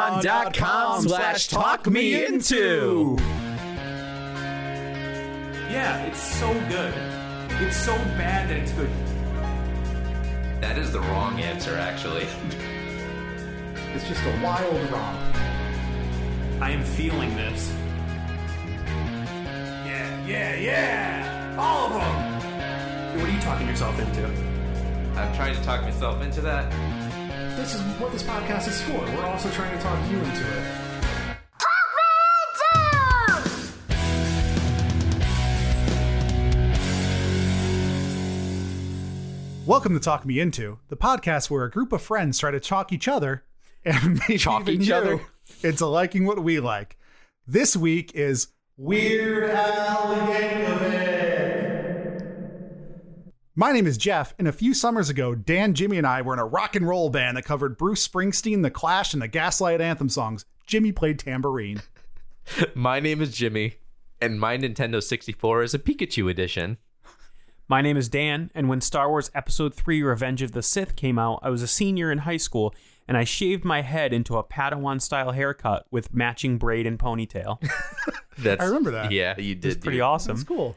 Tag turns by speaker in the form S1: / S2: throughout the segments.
S1: Patreon.com slash talk me into.
S2: Yeah, it's so good. It's so bad that it's good.
S3: That is the wrong answer, actually.
S4: It's just a wild romp.
S2: I am feeling this. Yeah, yeah, yeah! All of them! What are you talking yourself into?
S3: I'm trying to talk myself into that.
S4: This is what this podcast is for. We're also trying to talk you into it. Welcome to Talk Me Into, the podcast where a group of friends try to talk each other and maybe
S1: Chalk
S4: even
S1: each
S4: you
S1: other.
S4: into liking what we like. This week is Weird Al Yankovic. My name is Jeff, and a few summers ago, Dan, Jimmy, and I were in a rock and roll band that covered Bruce Springsteen, The Clash, and the Gaslight Anthem songs. Jimmy played tambourine.
S3: My name is Jimmy, and my Nintendo 64 is a Pikachu edition.
S5: My name is Dan, and when Star Wars Episode 3 Revenge of the Sith came out, I was a senior in high school, and I shaved my head into a Padawan style haircut with matching braid and ponytail.
S3: That's
S4: I remember that.
S3: Yeah, you did.
S5: It's pretty
S3: dude.
S5: awesome.
S4: That's cool.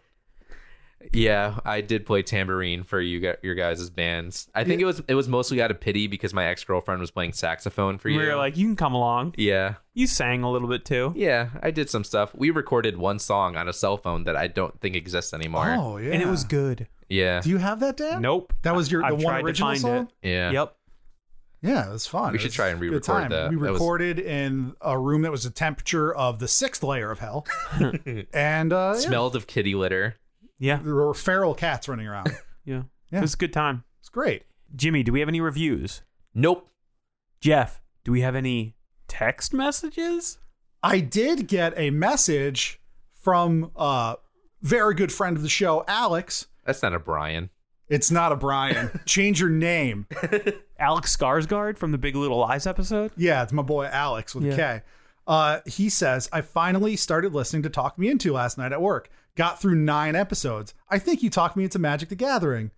S3: Yeah, I did play tambourine for you gu- your guys' bands. I think it was it was mostly out of pity because my ex girlfriend was playing saxophone for
S5: We
S3: you.
S5: were like, you can come along.
S3: yeah,
S5: You sang a little bit too.
S3: yeah, I did some stuff. We recorded one song on a cell phone that I don't think exists anymore.
S4: Oh, yeah.
S5: And it was good.
S3: Yeah,
S4: Do you have that, Dan?
S5: Nope.
S4: That was your the
S5: I've
S4: one
S5: tried to
S4: original
S5: find
S4: song?
S5: it.
S3: yeah,
S5: Yep.
S4: Yeah, it was fun.
S3: We
S4: It
S3: should
S4: was
S3: try and
S4: a good
S3: re-record
S4: time.
S3: that.
S4: We
S3: That was-
S4: recorded in a room that was the temperature of the sixth layer of hell, and uh, yeah,
S3: Smelled of kitty litter.
S5: Yeah.
S4: there were feral cats running around. It's
S5: Yeah.
S4: Yeah.
S5: It was a good time.
S4: great.
S5: Jimmy, do we have any reviews?
S3: Nope.
S5: Jeff, do we have any text messages?
S4: I did get a message from a uh, very good friend of the show, Alex.
S3: That's not a Brian.
S4: It's not a Brian. Change your name.
S5: Alex Skarsgård from the Big Little Lies episode?
S4: Yeah, it's my boy Alex with a
S5: Yeah.
S4: K. Uh, he says, I finally started listening to Talk Me Into last night at work. Got through nine episodes. I think you talked me into Magic the Gathering.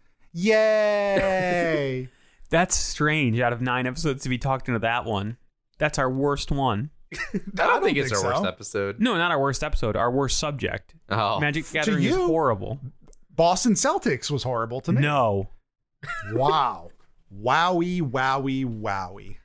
S4: Yay!
S5: That's strange out of nine episodes to be talked into that one. That's our worst one.
S3: I don't, think, it's
S4: think
S3: our
S4: so.
S3: worst episode.
S5: No, not our worst episode, our worst subject.
S3: Oh,
S5: Magic the Gathering is
S4: you?
S5: horrible.
S4: Boston Celtics was horrible to me.
S5: No.
S4: Wow. Wowie, wowie, wowie.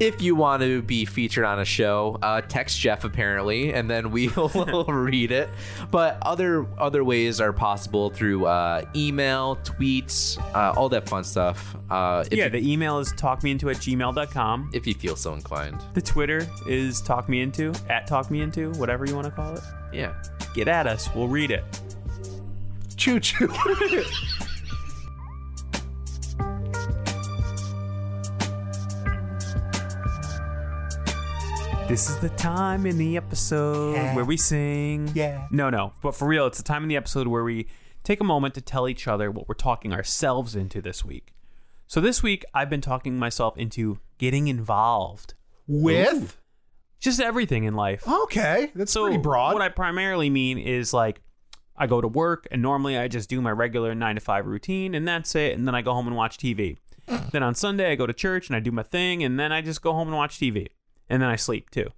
S3: if you want to be featured on a show, uh, text Jeff apparently, and then we will read it. But other other ways are possible through uh, email, tweets, uh, all that fun stuff. Uh, if
S5: yeah,
S3: you,
S5: the email is talkmeinto at gmail.com.
S3: if you feel so inclined,
S5: The Twitter is talkmeinto, at talkmeinto, whatever you want to call it.
S3: yeah.
S5: Get at us. We'll read it.
S4: Choo choo.
S5: This is the time in the episode where we sing.
S4: Yeah.
S5: No, no. But for real, it's the time in the episode where we take a moment to tell each other what we're talking ourselves into this week. So this week, I've been talking myself into getting involved.
S4: With?
S5: Just everything in life.
S4: Okay. That's
S5: so
S4: pretty broad.
S5: What I primarily mean is like I go to work and normally I just do my regular nine to five routine and that's it. And then I go home and watch TV. then on Sunday I go to church and I do my thing and then I just go home and watch TV. And then I sleep too.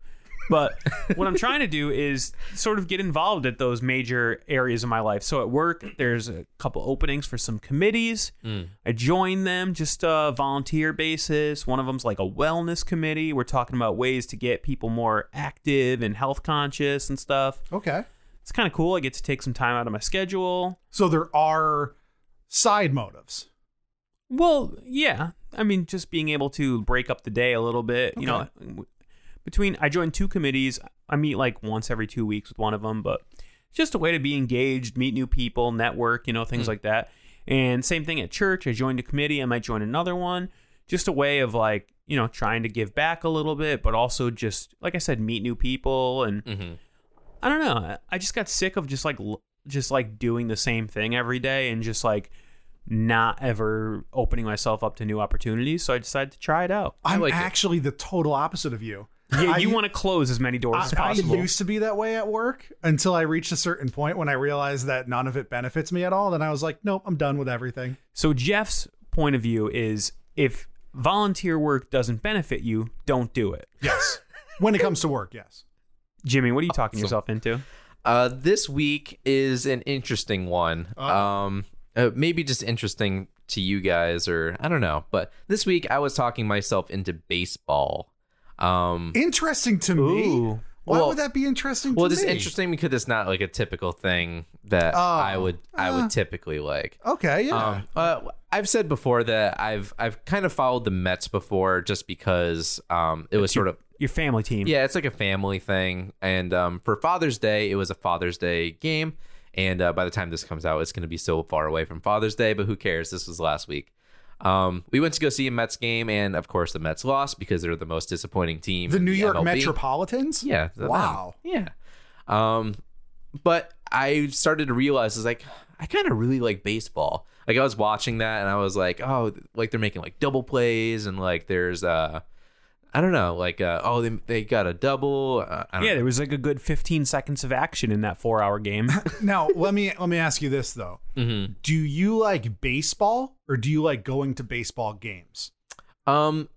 S5: But what I'm trying to do is sort of get involved at those major areas of my life. So at work, there's a couple openings for some committees. I join them just a volunteer basis. One of them's like a wellness committee. We're talking about ways to get people more active and health conscious and stuff.
S4: okay.
S5: It's kind of cool. I get to take some time out of my schedule.
S4: So there are side motives.
S5: Well, yeah. I mean, just being able to break up the day a little bit. You know, w- between I joined two committees. I meet like once every two weeks with one of them, but just a way to be engaged, meet new people, network, you know, things like that. And same thing at church. I joined a committee. I might join another one. Just a way of like, you know, trying to give back a little bit, but also just, like I said, meet new people and I don't know. I- I just got sick of just like l- just like doing the same thing every day and just like not ever opening myself up to new opportunities. So I decided to try it out.
S4: I'm
S3: like it.
S4: actually the total opposite of you.
S5: Yeah,
S4: I-
S5: you want to close as many doors as
S4: I, I
S5: possible.
S4: used to be that way at work until I reached a certain point when I realized that none of it benefits me at all. Then I was like, nope, I'm done with everything.
S5: so Jeff's point of view is if volunteer work doesn't benefit you, don't do it.
S4: Yes. when it comes to work, yes.
S5: Jimmy, what are you talking yourself into?
S3: Uh, this week is an interesting one. Um, uh, maybe just interesting to you guys, or I don't know. But this week I was talking myself into baseball. Um,
S4: Interesting to me.
S5: Ooh.
S4: Why
S3: Well-
S4: would that be interesting
S3: well,
S4: to
S3: just
S4: me?
S3: interesting because it's not like a typical thing that
S4: Oh,
S3: I would I
S4: uh.
S3: would typically like.
S4: Okay, yeah.
S3: Um, uh, I've said before that I've I've kind of followed the Mets before just because um, it was sort of
S5: Your family team.
S3: yeah, it's like a family thing. And um, for Father's Day, it was a Father's Day game. And uh, by the time this comes out, it's going to be so far away from Father's Day, but who cares? This was last week. Um, we went to go see a Mets game, and of course, the Mets lost because they're the most disappointing team.
S4: the
S3: in
S4: New York
S3: MLB.
S4: Metropolitans?
S3: Yeah. the-
S4: Wow.
S3: Yeah. Um, but I started to realize is like I kind of really like baseball. Like I was watching that and I was like, oh, like they're making like double plays and like there's uh, I don't know, like uh, oh they they got a double. Uh, I don't
S5: Yeah,
S3: know.
S5: there was like a good 15 seconds of action in that four hour game.
S4: Now, let me let me ask you this though.
S3: Mhm.
S4: Do you like baseball or do you like going to baseball games?
S3: Um,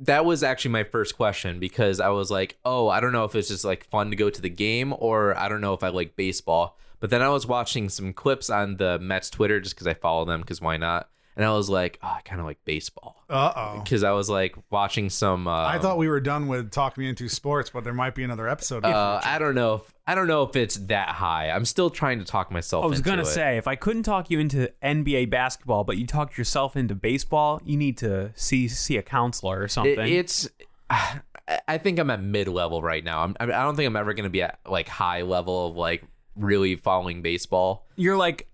S3: that was actually my first question because I was like, oh, I don't know if it's just like fun to go to the game or I don't know if I like baseball. But then I was watching some clips on the Mets Twitter just because I follow them because why not? And I was like, oh, I kind of like baseball.
S4: Uh-oh.
S3: because I was like watching some. Uh,
S4: I thought we were done with Talk Me Into Sports, but there might be another episode.
S3: Uh, I don't know. If, I don't know if it's that high. I'm still trying to talk myself.
S5: I was
S3: into
S5: gonna
S3: it.
S5: say, if I couldn't talk you into NBA basketball, but you talked yourself into baseball, you need to see see a counselor or
S3: It-
S5: something.
S3: it's. I- I think I'm at mid level right now. I'm, I mean, I don't think I'm ever gonna be at like high level of like really following baseball.
S5: You're like,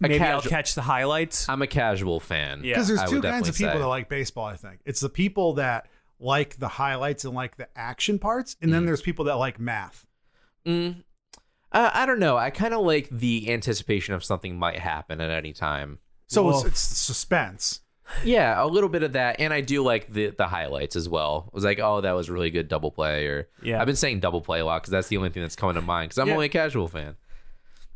S5: maybe I'll
S3: casual-
S5: catch the highlights.
S3: I'm a casual fan.
S5: Yeah.
S4: because
S3: I
S4: there's two
S3: would
S4: kinds of
S3: definitely
S4: people
S3: say.
S4: that like baseball. I think it's the people that like the highlights and like the action parts, and then there's people that like math.
S3: Mm. Uh, I don't know. I kind of like the anticipation of something might happen at any time.
S4: So it's,
S5: Woof.
S4: it's suspense.
S3: Yeah, a little bit of that, and I do like the the highlights as well. It was like, oh, that was really good double play, or
S5: Yeah.
S3: I've been saying double play a lot because that's the only thing that's coming to mind because I'm
S5: Yeah.
S3: only a casual fan.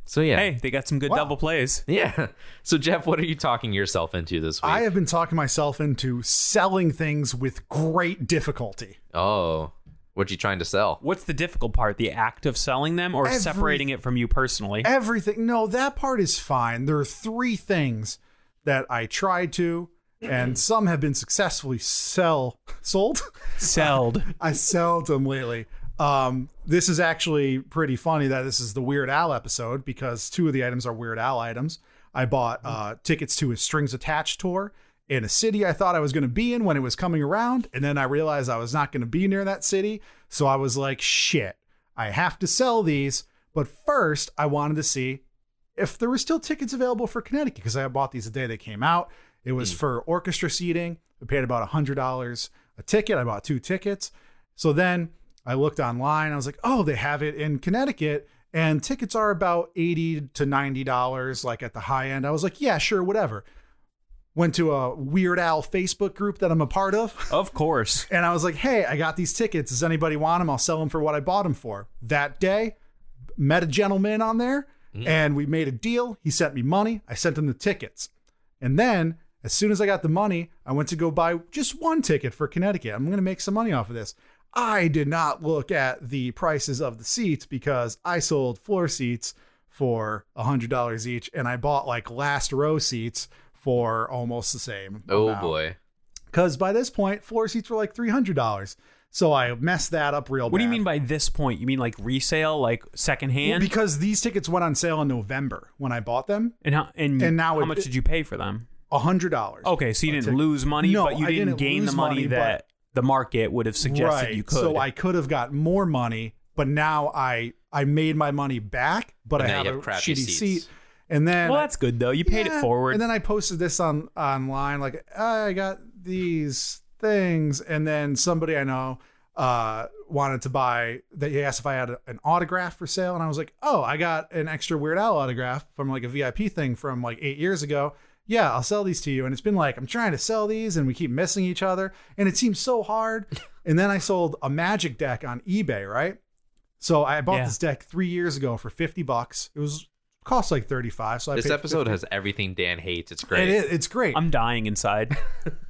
S3: So yeah,
S5: Hey, they got some good
S4: Wow.
S5: double plays.
S3: yeah. So Jeff, what are you talking yourself into this week?
S4: I have been talking myself into selling things with great difficulty.
S3: oh, what you trying to sell?
S5: What's the difficult part? The act of selling them or
S4: Every-
S5: separating it from you personally?
S4: Everything. No, that part is fine. There are three things that I tried to, and some have been successfully sell sold.
S5: Sold.
S4: I seldom lately. Um, this is actually pretty funny that this is the Weird Al episode because two of the items are Weird Al items. I bought uh, tickets to his Strings Attached tour in a city I thought I was going to be in when it was coming around, and then I realized I was not going to be near that city. So I was like, "Shit, I have to sell these." But first, I wanted to see if there were still tickets available for Connecticut because I bought these the day they came out. It was for orchestra seating. I paid about hundred dollars a ticket. I bought two tickets. So then I looked online. I was like, oh, they have it in Connecticut, and tickets are about eighty to ninety dollars, like at the high end. I was like, yeah, sure, whatever. Went to a Weird Al Facebook group that I'm a part of.
S5: of course.
S4: And I was like, hey, I got these tickets. Does anybody want them? I'll sell them for what I bought them for. That day, met a gentleman on there and we made a deal. He sent me money. I sent him the tickets. And then, as soon as I got the money, I went to go buy just one ticket for Connecticut. I'm going to make some money off of this. I did not look at the prices of the seats because I sold floor seats for $100 each and I bought like last row seats for almost the same.
S3: Oh
S4: amount
S3: boy,
S4: because by this point, floor seats were like three hundred dollars. So I messed that up real bad.
S5: What do you mean by this point? You mean like resale, like
S4: Well,
S5: secondhand?
S4: because these tickets went on sale in November when I bought them,
S5: and how, and,
S4: And now
S5: how
S4: it-
S5: much did you pay for them?
S4: hundred dollars.
S5: Okay, so you
S4: A
S5: didn't
S4: ticket.
S5: lose money,
S4: No,
S5: but you
S4: I
S5: didn't,
S4: didn't
S5: gain the
S4: lose
S5: money,
S4: money,
S5: that the market would have suggested
S4: right.
S5: you could.
S4: So I could have got more money, but now I I made my money back, but
S3: And
S4: I
S3: now
S4: have,
S3: you
S4: a
S3: have crappy
S4: shitty
S3: seats.
S4: seat. And then
S5: well, that's good though. You paid
S4: Yeah.
S5: it forward.
S4: And then I posted this on online, like I got these things, and then somebody I know uh, wanted to buy. They asked if I had a- an autograph for sale, and I was like, "Oh, I got an extra Weird Al autograph from like a VIP thing from like eight years ago." Yeah, I'll sell these to you. And it's been like I'm trying to sell these, and we keep missing each other, and it seems so hard. and then I sold a Magic deck on eBay, right? So I bought
S5: Yeah.
S4: this deck three years ago for fifty bucks. It was cost like thirty five. So I
S3: this
S4: paid
S3: episode
S4: 50.
S3: has everything Dan hates. It's great.
S4: It is. It's great.
S5: I'm dying inside.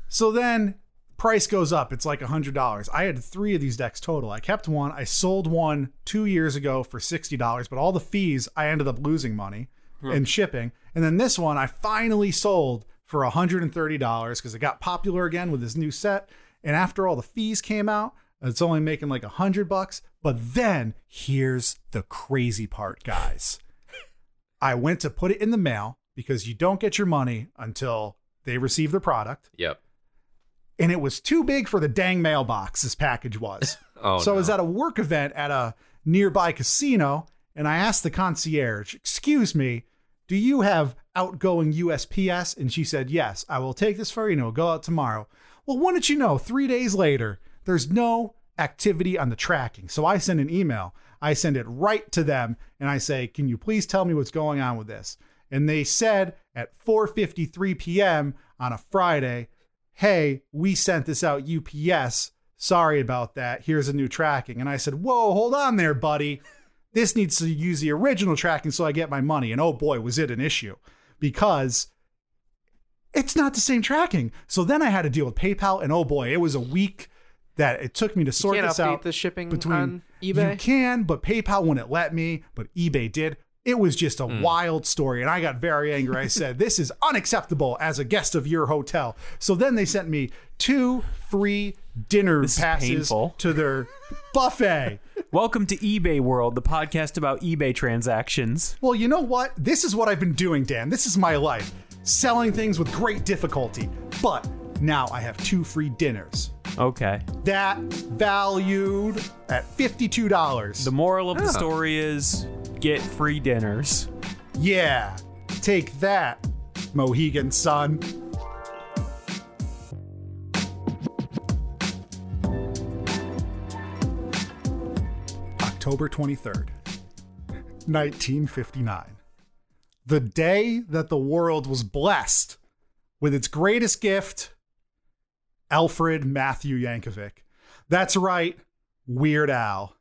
S4: so then price goes up. It's like $100. I had three of these decks total. I kept one. I sold one two years ago for $60, but all the fees, I ended up losing money and shipping. And then this one, I finally sold for $130 because it got popular again with this new set. And after all the fees came out, it's only making like a hundred bucks. But then here's the crazy part, guys. I went to put it in the mail because you don't get your money until they receive the product
S3: Yep.
S4: and it was too big for the dang mailbox this package was.
S3: Oh,
S4: so I was
S3: no.
S4: at a work event at a nearby casino and I asked the concierge, "Excuse me, do you have outgoing USPS?" And she said, "Yes, I will take this for you and it will go out tomorrow." Well, wouldn't you know, 3 days later, there's no activity on the tracking. So I send an email. I send it right to them and I say, "Can you please tell me what's going on with this?" And they said at 4:53 p.m. on a Friday, hey, we sent this out UPS. Sorry about that. Here's a new tracking. And I said, whoa, hold on there, buddy. This needs to use the original tracking so I get my money. And oh boy, was it an issue because it's not the same tracking. So then I had to deal with PayPal. And oh boy, it was a week that it took me to sort
S3: can't
S4: this
S3: update
S4: out.
S3: the shipping
S4: between
S3: on eBay?
S4: You can, but PayPal wouldn't let me, but eBay did. It was just a
S3: Hmm.
S4: wild story, and I got very angry. I said, This is unacceptable as a guest of your hotel. So then they sent me two free dinner
S5: This is
S4: passes
S5: painful.
S4: to their buffet.
S5: Welcome to eBay World, the podcast about eBay transactions.
S4: Well, you know what? This is what I've been doing, Dan. This is my life selling things with great difficulty. But now I have two free dinners.
S5: Okay.
S4: That valued at $52.
S5: The moral of the story is get free dinners.
S4: Yeah, take that, Mohegan son. October 23rd, 1959. The day that the world was blessed with its greatest gift, Alfred Matthew Yankovic. That's right, Weird Al.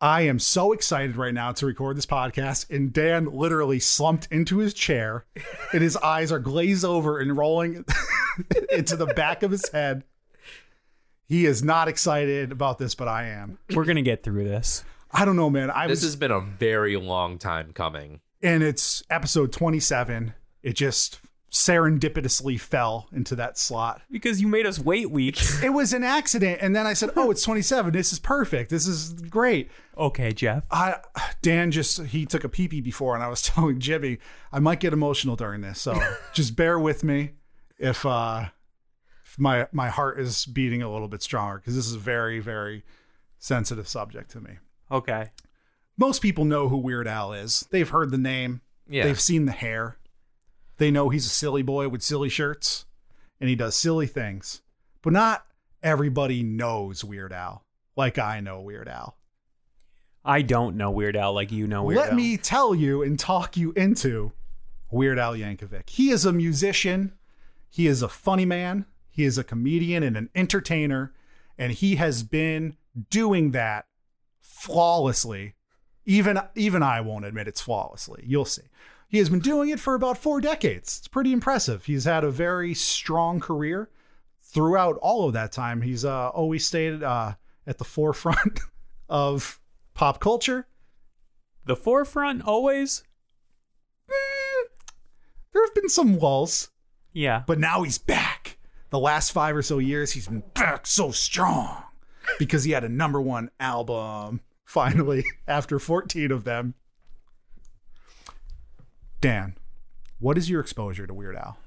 S4: I am so excited right now to record this podcast, and Dan literally slumped into his chair, and his eyes are glazed over and rolling into the back of his head. He is not excited about this, but I am.
S5: We're gonna get through this.
S4: I don't know, man. I
S3: This
S4: was,
S3: has been a very long time coming.
S4: and it's episode twenty-seven. It just serendipitously fell into that slot.
S5: Because you made us wait weeks.
S4: It was an accident, and then I said, "Oh, it's twenty-seven. This is perfect. This is great."
S5: okay, Jeff.
S4: I Dan just he took a pee pee before, and I was telling Jimmy I might get emotional during this, so just bear with me if uh if my my heart is beating a little bit stronger because this is a very very sensitive subject to me.
S5: Okay.
S4: Most people know who Weird Al is. They've heard the name.
S3: Yeah.
S4: They've seen the hair. They know he's a silly boy with silly shirts, and he does silly things. But not everybody knows Weird Al like I know Weird Al.
S5: I don't know Weird Al like you know Weird
S4: Let
S5: Al.
S4: me tell you and talk you into Weird Al Yankovic. He is a musician, he is a funny man, he is a comedian and an entertainer, and he has been doing that flawlessly. Even even I won't admit it's flawlessly. You'll see. He has been doing it for about 4 decades. It's pretty impressive. He's had a very strong career throughout all of that time. He's uh, always stayed uh, at the forefront of pop culture.
S5: The forefront always.
S4: there have been some lulls,
S5: Yeah.
S4: but now he's back. The last five or so years, he's been back so strong because he had a number one album finally after 14 of them. Dan, what is your exposure to Weird Al?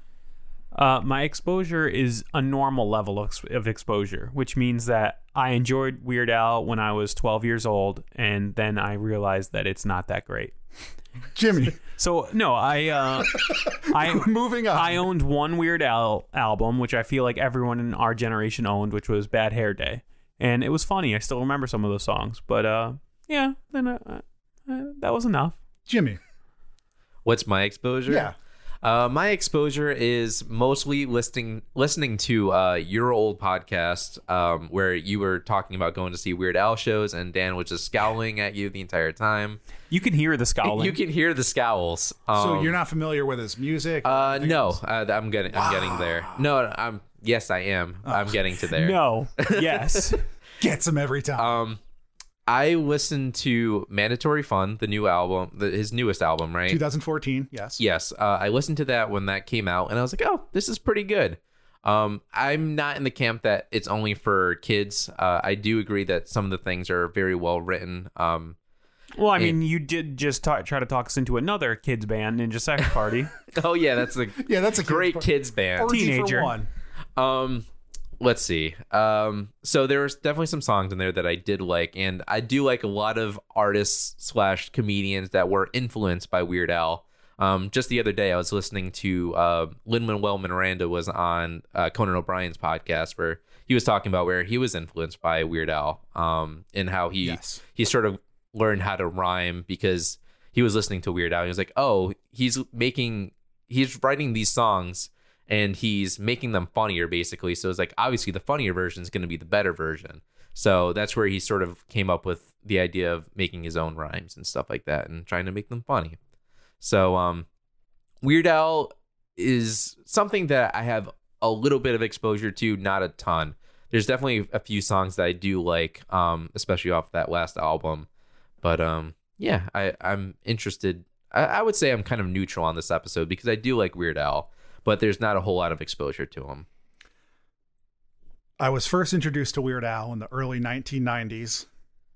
S5: Uh, my exposure is a normal level of, of exposure, which means that I enjoyed Weird Al when I was 12 years old, and then I realized that it's not that great.
S4: Jimmy,
S5: So no, I uh, I
S4: moving on.
S5: I owned one Weird Al album, which I feel like everyone in our generation owned, which was Bad Hair Day, and it was funny. I still remember some of those songs, but uh, yeah, then uh, uh, that was enough.
S4: Jimmy,
S3: What's my exposure?
S4: yeah.
S3: Uh, my exposure is mostly listening listening to uh, your old podcast um, where you were talking about going to see Weird Al shows, and Dan was just scowling at you the entire time.
S5: You can hear the scowling.
S3: You can hear the scowls. Um,
S4: So you're not familiar with his music?
S3: Uh, no, uh, I'm getting I'm getting there. No, I'm yes, I am. I'm getting to there.
S5: no. Yes.
S4: Gets him every time.
S3: um, I listened to Mandatory Fun, the new album, the, his newest album, right?
S4: 2014. Yes.
S3: Yes, uh, I listened to that when that came out, and I was like, "Oh, this is pretty good." Um, I'm not in the camp that it's only for kids. Uh, I do agree that some of the things are very well written. Um,
S5: Well, I mean, you did just ta try to talk us into another kids band, Ninja Sex Party.
S3: oh yeah, that's a
S4: Yeah, that's a kid's
S3: great
S4: part.
S3: kids band.
S4: Orgy for
S5: teenager.
S4: one.
S3: Um, let's see. Um, so there was definitely some songs in there that I did like, and I do like a lot of artists slash comedians that were influenced by Weird Al. Um, just the other day, I was listening to uh, Lin Manuel Miranda was on uh, Conan O'Brien's podcast where he was talking about where he was influenced by Weird Al, um, and how he
S4: Yes.
S3: he sort of learned how to rhyme because he was listening to Weird Al. He was like, oh, he's making, he's writing these songs and he's making them funnier, basically. So it's like, obviously, the funnier version is going to be the better version. So that's where he sort of came up with the idea of making his own rhymes and stuff like that and trying to make them funny. So, um, Weird Al is something that I have a little bit of exposure to, not a ton. There's definitely a few songs that I do like, um, especially off that last album. But um, yeah, I, I'm interested. I, I would say I'm kind of neutral on this episode because I do like Weird Al, but there's not a whole lot of exposure to him.
S4: I was first introduced to Weird Al in the early 1990s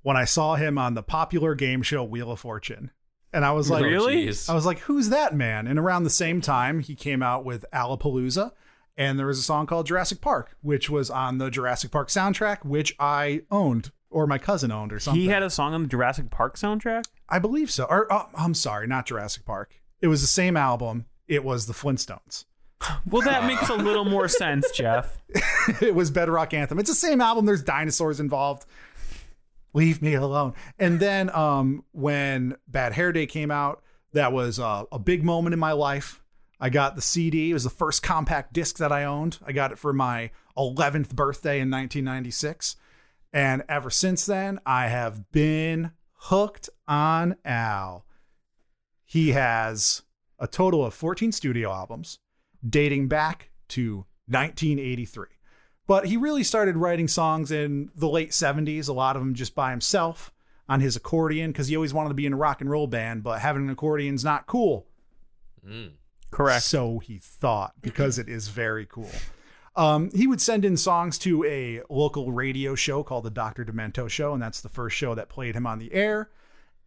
S4: when I saw him on the popular game show Wheel of Fortune. And I was like,
S5: Oh, Really?
S4: I was like, who's that man? And around the same time, he came out with Alapalooza, and there was a song called Jurassic Park, which was on the Jurassic Park soundtrack, which I owned or my cousin owned or something.
S5: he had a song on the Jurassic Park soundtrack.
S4: I believe so. Or oh, I'm sorry, not Jurassic Park. It was the same album. It was the Flintstones.
S5: Well, that makes a little more sense, Jeff.
S4: it was Bedrock Anthem. It's the same album. There's dinosaurs involved. Leave me alone. And then um, when Bad Hair Day came out, that was uh, a big moment in my life. I got the CD. It was the first compact disc that I owned. I got it for my 11th birthday in 1996. And ever since then, I have been hooked on Al. He has a total of 14 studio albums dating back to 1983. But he really started writing songs in the late 70s, a lot of them just by himself on his accordion because he always wanted to be in a rock and roll band, but having an accordion's not cool.
S5: Correct.
S4: So he thought because it is very cool. Um, he would send in songs to a local radio show called the Dr. Demento Show, and that's the first show that played him on the air.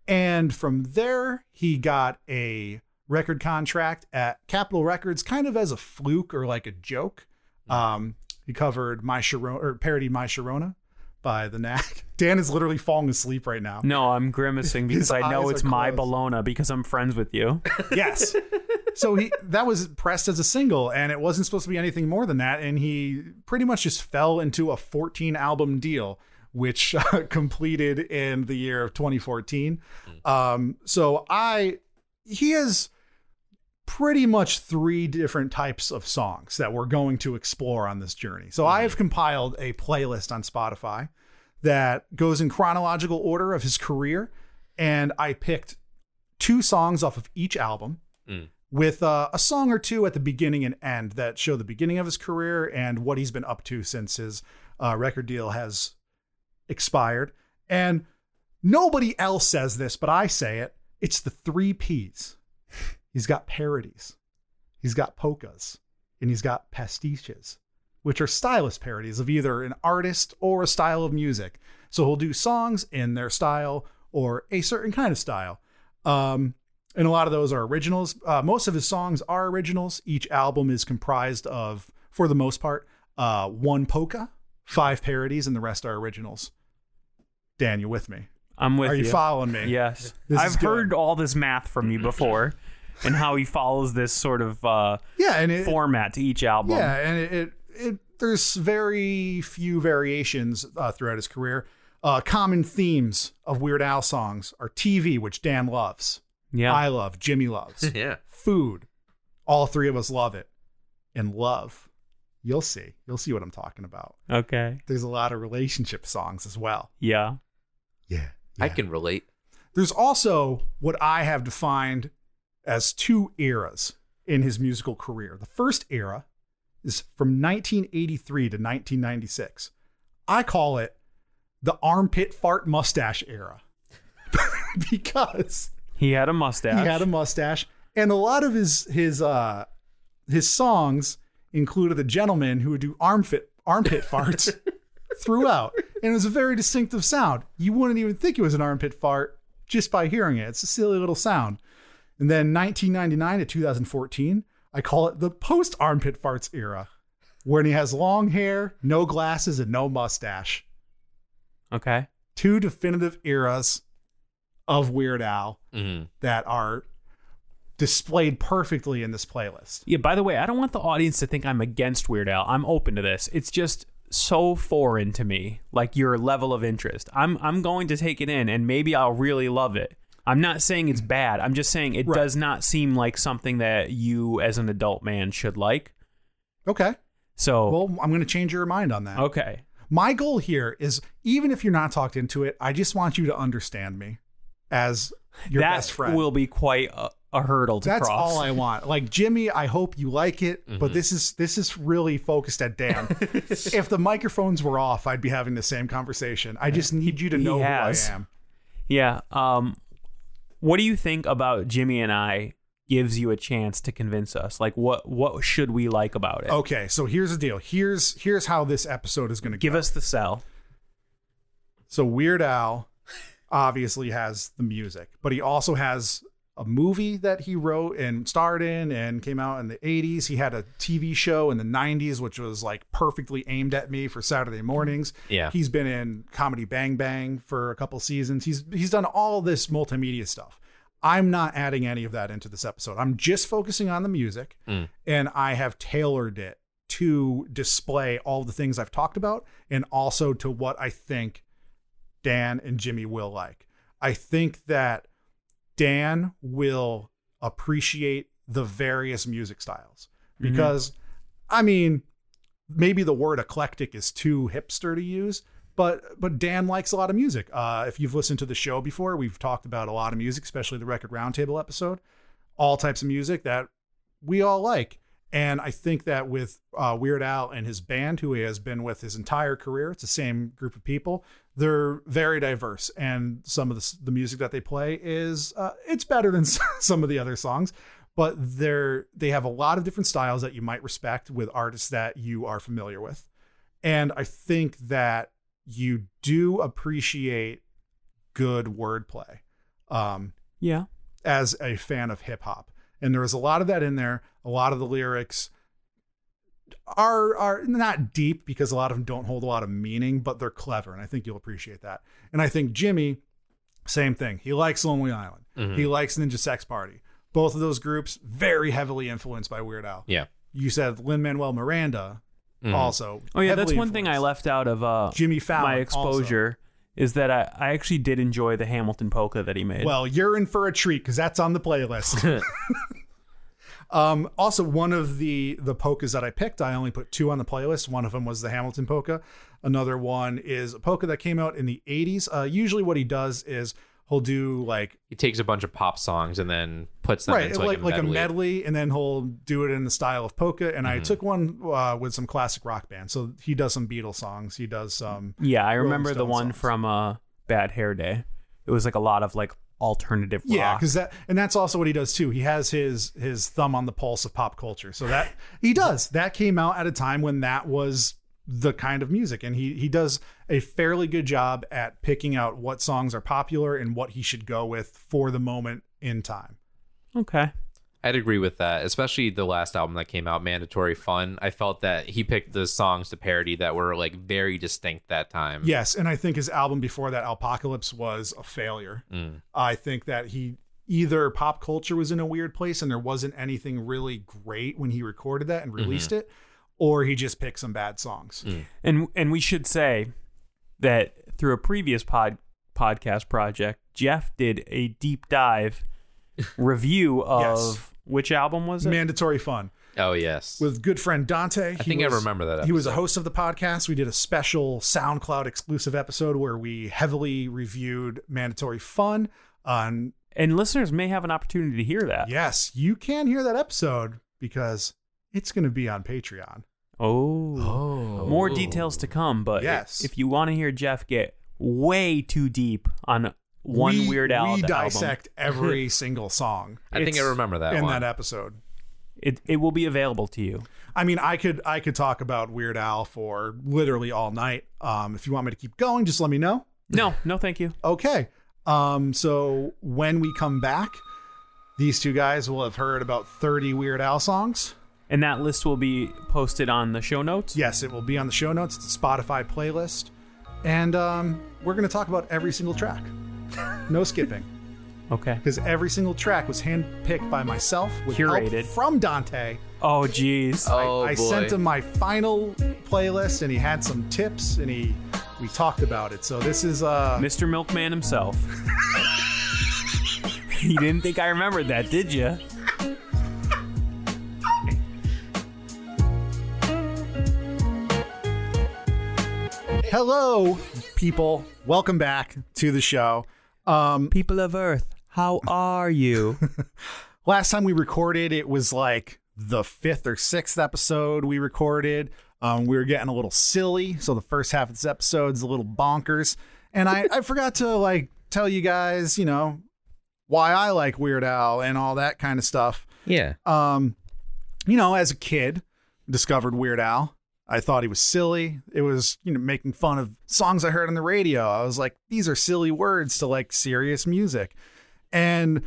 S4: And from there, he got a record contract at Capitol Records, kind of as a fluke or like a joke. Um, he covered My Sharona or parodied My Sharona by the Knack. Dan is literally falling asleep right now.
S5: No, I'm grimacing because
S4: His
S5: I know
S4: eyes
S5: it's
S4: are
S5: my
S4: closed.
S5: Bologna because I'm friends with you.
S4: Yes. so he that was pressed as a single, and it wasn't supposed to be anything more than that. And he pretty much just fell into a 14 album deal, which uh, completed in the year of 2014. Um, so I he has pretty much three different types of songs that we're going to explore on this journey. So I have compiled a playlist on Spotify that goes in chronological order of his career, and I picked two songs off of each album with uh, a song or two at the beginning and end that show the beginning of his career and what he's been up to since his uh, record deal has expired. And nobody else says this, but I say it. It's the three P's. He's got parodies, he's got polkas, and he's got pastiches, which are stylist parodies of either an artist or a style of music. So he'll do songs in their style or a certain kind of style. Um, and a lot of those are originals. Uh, most of his songs are originals. Each album is comprised of, for the most part, uh, one polka, five parodies, and the rest are originals. Dan, you with me?
S5: I'm with
S4: Are you following me?
S5: Yes.
S4: This is
S5: I've
S4: good.
S5: heard all this math from you before and how he follows this sort of uh,
S4: Yeah, and it,
S5: format to each album.
S4: Yeah, and it, it, it there's very few variations uh, throughout his career. Uh, common themes of Weird Al songs are TV, which Dan loves,
S5: Yeah.
S4: I love, Jimmy loves,
S3: Yeah.
S4: food, All three of us love it. And love, you'll see. You'll see what I'm talking about.
S5: Okay.
S4: There's a lot of relationship songs as well.
S5: Yeah.
S4: Yeah.
S3: I can relate.
S4: There's also what I have defined as two eras in his musical career. The first era is from 1983 to 1996. I call it the armpit fart mustache era because
S5: He had a mustache.
S4: he had a mustache and a lot of his his uh his songs included a gentleman who would do armpit armpit farts throughout and it was a very distinctive sound you wouldn't even think it was an armpit fart just by hearing it it's a silly little sound and then 1999 to 2014 i call it the post armpit farts era when he has long hair no glasses and no mustache
S5: okay.
S4: two definitive eras of weird al
S3: Mm.
S4: that are displayed perfectly in this playlist.
S5: Yeah, by the way, I don't want the audience to think I'm against Weird Al. I'm open to this. It's just so foreign to me, like your level of interest. I'm I'm going to take it in and maybe I'll really love it. I'm not saying it's bad. I'm just saying it
S4: Right.
S5: does not seem like something that you as an adult man should like.
S4: Okay.
S5: So,
S4: Well, I'm going to change your mind on that.
S5: okay.
S4: My goal here is even if you're not talked into it, I just want you to understand me as your
S5: that
S4: best friend.
S5: will be quite a, a hurdle to
S4: That's
S5: cross.
S4: all I want. Like Jimmy, I hope you like it,
S5: Mm-hmm.
S4: but this is this is really focused at Dan. if the microphones were off, I'd be having the same conversation. I just need you to
S5: He
S4: know who I
S5: has.
S4: am.
S5: Yeah. Um, what do you think about Jimmy and I gives you a chance to convince us? Like, what what should we like about it?
S4: Okay, so here's the deal. Here's here's how this episode is going to
S5: Give us the sell.
S4: So Weird Al obviously has the music, but he also has a movie that he wrote and starred in and came out in the 80s. He had a TV show in the 90s, which was like perfectly aimed at me for Saturday mornings.
S3: Yeah.
S4: He's been in Comedy Bang Bang for a couple seasons. He's he's done all this multimedia stuff. I'm not adding any of that into this episode. I'm just focusing on the music and I have tailored it to display all the things I've talked about and also to what I think Dan and Jimmy will like. I think that Dan will appreciate the various music styles because, I mean, maybe the word eclectic is too hipster to use, but but Dan likes a lot of music. Uh, if you've listened to the show before, we've talked about a lot of music, especially the Record Roundtable episode. All types of music that we all like. And I think that with uh, Weird Al and his band, who he has been with his entire career, it's the same group of people. They're very diverse, and some of the, s- the music that they play is uh, it's better than some of the other songs, but they're they have a lot of different styles that you might respect with artists that you are familiar with. And I think that you do appreciate good wordplay. Um,
S5: Yeah.
S4: as a fan of hip hop. And there was a lot of that in there. A lot of the lyrics are are not deep because a lot of them don't hold a lot of meaning, but they're clever, and I think you'll appreciate that. And I think Jimmy, same thing. He likes Lonely Island.
S5: Mm-hmm.
S4: He likes Ninja Sex Party. Both of those groups very heavily influenced by Weird Al.
S3: Yeah.
S4: You said Lin Manuel Miranda, also.
S5: Oh yeah, that's
S4: heavily
S5: one thing I
S4: influenced.
S5: left out of uh,
S4: Jimmy Fallon.
S5: my
S4: also.
S5: exposure is that I, I actually did enjoy the Hamilton polka that he made.
S4: Well, you're in for a treat because that's on the playlist. um, also, one of the the polkas that I picked, I only put two on the playlist. One of them was the Hamilton polka. Another one is a polka that came out in the '80s. Uh, usually, what he does is he'll do like
S3: He takes a bunch of pop songs and then puts them
S4: right,
S3: into
S4: like like a
S3: medley.
S4: medley, and then he'll do it in the style of polka. And I took one uh, with some classic rock bands. So he does some Beatles songs. He does some
S5: yeah, I
S4: Rolling
S5: remember the
S4: Stone
S5: one
S4: songs.
S5: from uh, Bad Hair Day. It was like a lot of like alternative
S4: Yeah,
S5: rock.
S4: because that and that's also what he does too. He has his his thumb on the pulse of pop culture. So that he does. That came out at a time when that was the kind of music, and he he does a fairly good job at picking out what songs are popular and what he should go with for the moment in time.
S5: okay.
S3: I'd agree with that, especially the last album that came out, Mandatory Fun. I felt that he picked the songs to parody that were like very distinct that time.
S4: Yes, and I think his album before that, Alpocalypse, was a failure. I think that he either pop culture was in a weird place and there wasn't anything really great when he recorded that and released it, or he just picked some bad songs.
S5: And and we should say that through a previous pod podcast project, Jeff did a deep dive review of Which album was it?
S4: Mandatory Fun
S3: Oh yes.
S4: with good friend Dante. I
S3: think I remember that
S4: He was a host of the podcast. We did a special SoundCloud exclusive episode where we heavily reviewed Mandatory Fun on
S5: And listeners may have an opportunity to hear that.
S4: Yes, you can hear that episode because it's going to be on Patreon.
S5: Oh.
S3: oh.
S5: More details to come, but
S4: Yes.
S5: if you want to hear Jeff get way too deep on one
S4: We-
S5: Weird Al
S4: We
S5: album,
S4: dissect every single song
S3: I think I
S5: It's
S3: remember that
S4: in
S3: one.
S4: that episode.
S5: it, it will be available to you.
S4: I mean, I could I could talk about Weird Al for literally all night. Um, if you want me to keep going, just let me know.
S5: No, no, thank you.
S4: Okay. Um, so when we come back, these two guys will have heard about 30 Weird Al songs.
S5: And that list will be posted on the show notes.
S4: Yes, it will be on the show notes, the Spotify playlist, and um, we're going to talk about every single track. No skipping.
S5: Okay.
S4: because every single track was handpicked by myself with help
S5: Curated.
S4: from Dante.
S5: Oh, jeez.
S3: Oh
S4: I, I
S3: boy.
S4: sent him my final playlist, and he had some tips, and he we talked about it. So this is uh,
S5: Mr. Milkman himself. you didn't think I remembered that, did you?
S4: hello, people. Welcome back to the show. Um,
S5: People of Earth, how are you?
S4: last time we recorded, it was like the fifth or sixth episode we recorded. Um, we were getting a little silly, so the first half of this episode's a little bonkers. And I, I forgot to like tell you guys, you know, why I like Weird Al and all that kind of stuff.
S3: yeah.
S4: Um, you know, as a kid, discovered Weird Al. I thought he was silly. It was, you know, making fun of songs I heard on the radio. I was like, these are silly words to like serious music. And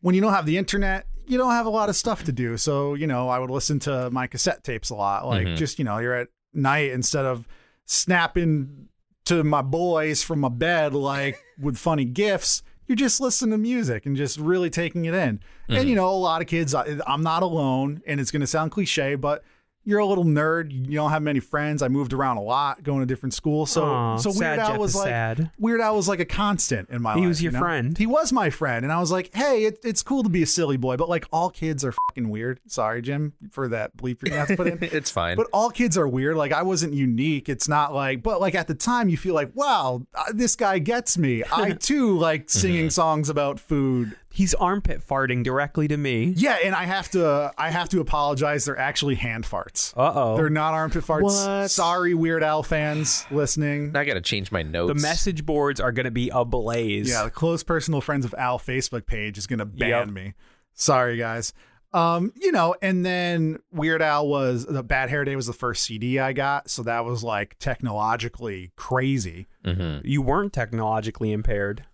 S4: when you don't have the internet, you don't have a lot of stuff to do. So, you know, I would listen to my cassette tapes a lot. Like
S5: Mm-hmm.
S4: just, you know, you're at night instead of snapping to my boys from my bed like with funny gifts, you're just listening to music and just really taking it in.
S5: Mm-hmm.
S4: And you know, a lot of kids I, I'm not alone and it's going to sound cliche, but you're a little nerd. You don't have many friends. I moved around a lot, going to different schools. So,
S5: Aw,
S4: so Weird
S5: sad
S4: Al
S5: Jeff
S4: was
S5: is
S4: like,
S5: sad.
S4: Weird Al was like a constant in my life.
S5: He was your
S4: you know?
S5: friend.
S4: He was my friend, and I was like, "Hey, it, it's cool to be a silly boy, but like all kids are fucking weird." Sorry, Jim, for that bleep you're gonna have to put in.
S3: It's fine.
S4: But all kids are weird. Like I wasn't unique. It's not like, but like at the time, you feel like, wow, uh, this guy gets me. I too like
S3: Mm-hmm.
S4: singing songs about food.
S5: He's armpit farting directly to me.
S4: Yeah, and I have to, I have to apologize. They're actually hand farts.
S5: Uh
S4: They're
S5: oh.
S4: not armpit farts.
S3: What?
S4: Sorry, Weird Al fans listening.
S3: I gotta change my notes.
S5: The message boards are going to be ablaze.
S4: Yeah, the close personal friends of Al Facebook page is gonna ban
S5: Yep.
S4: me. Sorry, guys. Um, you know, and then Weird Al was the Bad Hair Day was the first CD I got, so that was like technologically crazy.
S3: Mm-hmm.
S5: You weren't technologically impaired.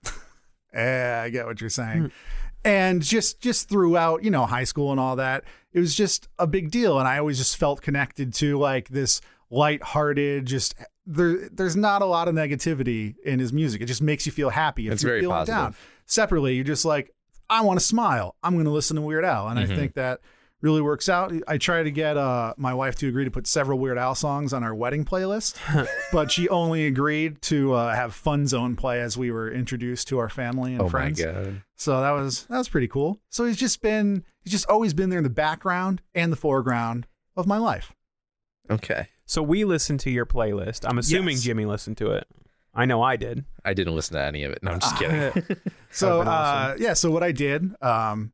S4: Eh, I get what you're
S3: Hmm.
S4: saying. And just just throughout, you know, high school and all that, it was just a big deal. And I always just felt connected to like this lighthearted, just there there's not a lot of negativity in his music. It just makes you feel happy if
S3: It's
S4: you're
S3: very
S4: feeling
S3: positive.
S4: down. Separately, you're just like, I want to smile. I'm gonna listen to Weird Al. And
S3: Mm-hmm.
S4: I think that really works out. I try to get uh, my wife to agree to put several Weird Al songs on our wedding playlist, but she only agreed to uh, have Fun Zone play as we were introduced to our family and
S3: oh
S4: friends.
S3: my god.
S4: So that was that was pretty cool. So he's just been he's just always been there in the background and the foreground of my life.
S3: Okay.
S5: So we listened to your playlist. I'm assuming
S4: Yes.
S5: Jimmy listened to it. I know I did.
S3: I didn't listen to any of it. No, I'm just kidding.
S4: So
S5: been awesome.
S4: uh, yeah, so what I did um,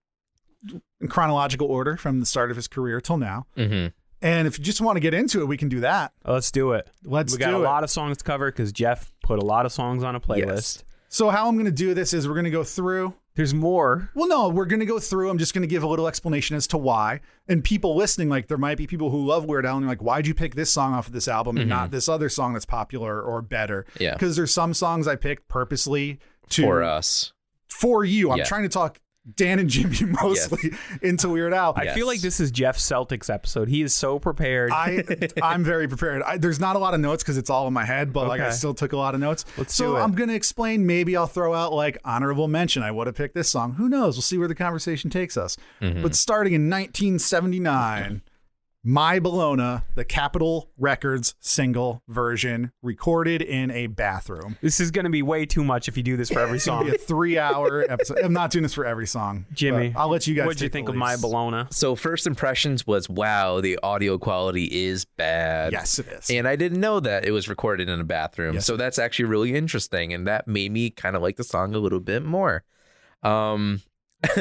S4: in chronological order from the start of his career till now.
S3: hmm
S4: And if you just want to get into it, we can do that.
S5: Let's do it.
S4: Let's
S5: we got
S4: do
S5: a
S4: it.
S5: lot of songs to cover because Jeff put a lot of songs on a playlist.
S3: Yes.
S4: So how I'm going to do this is we're going to go through
S5: There's more.
S4: Well, no, we're going to go through. I'm just going to give a little explanation as to why. And people listening, like there might be people who love Weird Al and they're like, why'd you pick this song off of this album and not this other song that's popular or better?
S3: Mm-hmm. Yeah.
S4: Because there's some songs I picked purposely to
S3: For us.
S4: for you. I'm
S3: Yeah.
S4: trying to talk Dan and Jimmy mostly into Weird Al.
S5: I feel
S3: Yes.
S5: like this is Jeff's Celtics episode. He is so prepared.
S4: I I'm very prepared. I, there's not a lot of notes because it's all in my head, but like I
S5: Okay.
S4: still took a lot of notes.
S5: Let's
S4: so
S5: do it.
S4: I'm gonna explain. Maybe I'll throw out like honorable mention. I would have picked this
S5: Mm-hmm.
S4: song. Who knows? We'll see where the conversation takes us. But starting in 1979, My Bologna, the Capitol Records single version, recorded in a bathroom.
S5: This is going to be way too much if you do this for every
S4: It'll
S5: song.
S4: be a three-hour episode. I'm not doing this for every song, but
S5: Jimmy,
S4: I'll let you guys.
S5: What'd you
S4: take the
S5: think of my
S4: leads.
S5: Bologna?
S3: So first impressions was wow, the audio quality is bad.
S4: Yes, it is.
S3: And I didn't know that it was recorded in a bathroom.
S4: Yes.
S3: So that's actually really interesting. And that made me kind of like the song a little bit more. Um,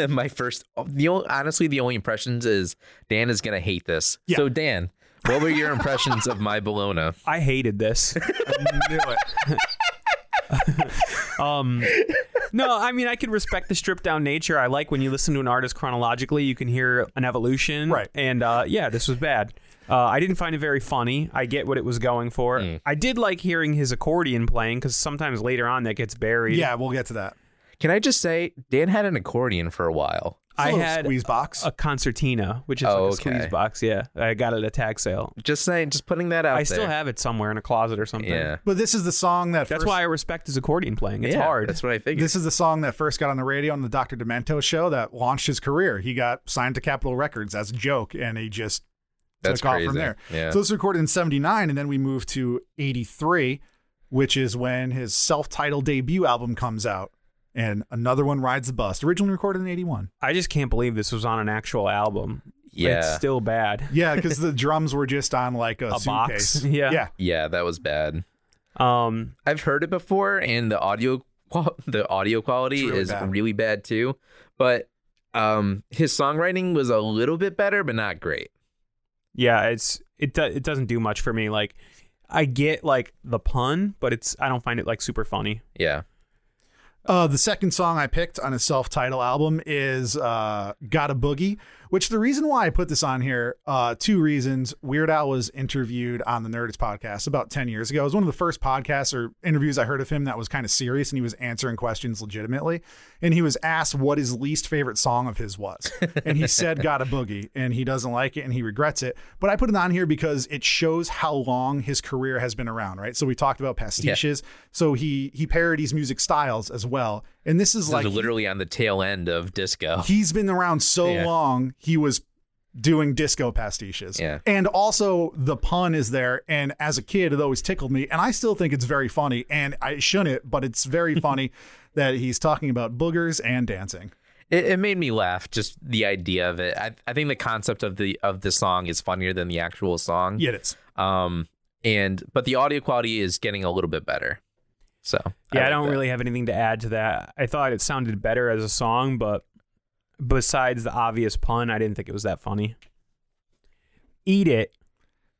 S3: my first, oh, the only, honestly, the only impressions is Dan is going to hate this.
S4: Yeah.
S3: So, Dan, what were your impressions of My Bologna?
S5: I hated this.
S4: knew it.
S5: Um, no, I mean I can respect the stripped down nature. I like when you listen to an artist chronologically, you can hear an evolution.
S4: Right.
S5: And uh, yeah, this was bad. Uh, I didn't find it very funny. I get what it was going for.
S3: Mm.
S5: I did like hearing his accordion playing because sometimes later on that gets buried.
S4: Yeah, we'll get to that.
S3: Can I just say, Dan had an accordion for a while.
S4: It's a
S5: I
S4: little
S5: had
S4: squeeze box.
S5: a concertina, which is
S3: Oh,
S5: like a
S3: okay.
S5: squeeze box. Yeah, I got it at a tag sale.
S3: Just saying, just putting that out
S5: I still
S3: there.
S5: have it somewhere in a closet or something.
S3: Yeah.
S4: but this is the song that
S5: That's
S4: first,
S5: why I respect his accordion playing. It's
S3: Yeah,
S5: hard.
S3: That's what I figured.
S4: this is the song that first got on the radio on the Dr. Demento show that launched his career. He got signed to Capitol Records as a joke, and he just
S3: That's
S4: took off from
S3: crazy.
S4: there.
S3: Yeah.
S4: So this was recorded in '79, and then we moved to '83, which is when his self-titled debut album comes out, and another one rides the bus. Originally recorded in '81.
S5: I just can't believe this was on an actual album.
S3: yeah.
S5: It's still bad.
S4: Yeah, because the drums were just on like a,
S5: A box.
S4: suitcase.
S5: Yeah.
S4: yeah.
S3: yeah, that was bad.
S5: Um,
S3: I've heard it before, and the audio qual- the audio quality
S4: It's really
S3: is
S4: bad.
S3: really bad too. But um, his songwriting was a little bit better, but not great.
S5: yeah, it's it do, it doesn't do much for me. Like I get like the pun, but it's I don't find it like super funny.
S3: Yeah,
S4: Uh, the second song I picked on his self titled album is uh, Got a Boogie, which the reason why I put this on here, uh, two reasons. Weird Al was interviewed on the Nerdist podcast about 10 years ago. It was one of the first podcasts or interviews I heard of him that was kind of serious and he was answering questions legitimately. And he was asked what his least favorite song of his was. And he said, Got a Boogie. And he doesn't like it and he regrets it. But I put it on here because it shows how long his career has been around, right? So we talked about pastiches. So he he parodies music styles as well. And this is
S3: This
S4: like
S3: is literally on the tail end of disco.
S4: he's been around so
S3: Yeah.
S4: long, he was doing disco pastiches.
S3: Yeah.
S4: And also the pun is there. And as a kid, it always tickled me. And I still think it's very funny. And I shouldn't, but it's very funny that he's talking about boogers and dancing.
S3: It, it made me laugh just the idea of it. I, I think the concept of the of the song is funnier than the actual song.
S4: Yeah, it is.
S3: Um, and but the audio quality is getting a little bit better. So
S5: Yeah, I,
S3: like
S5: don't
S3: that.
S5: really have anything to add to that. I thought it sounded better as a song, but besides the obvious pun, I didn't think it was that funny. Eat it.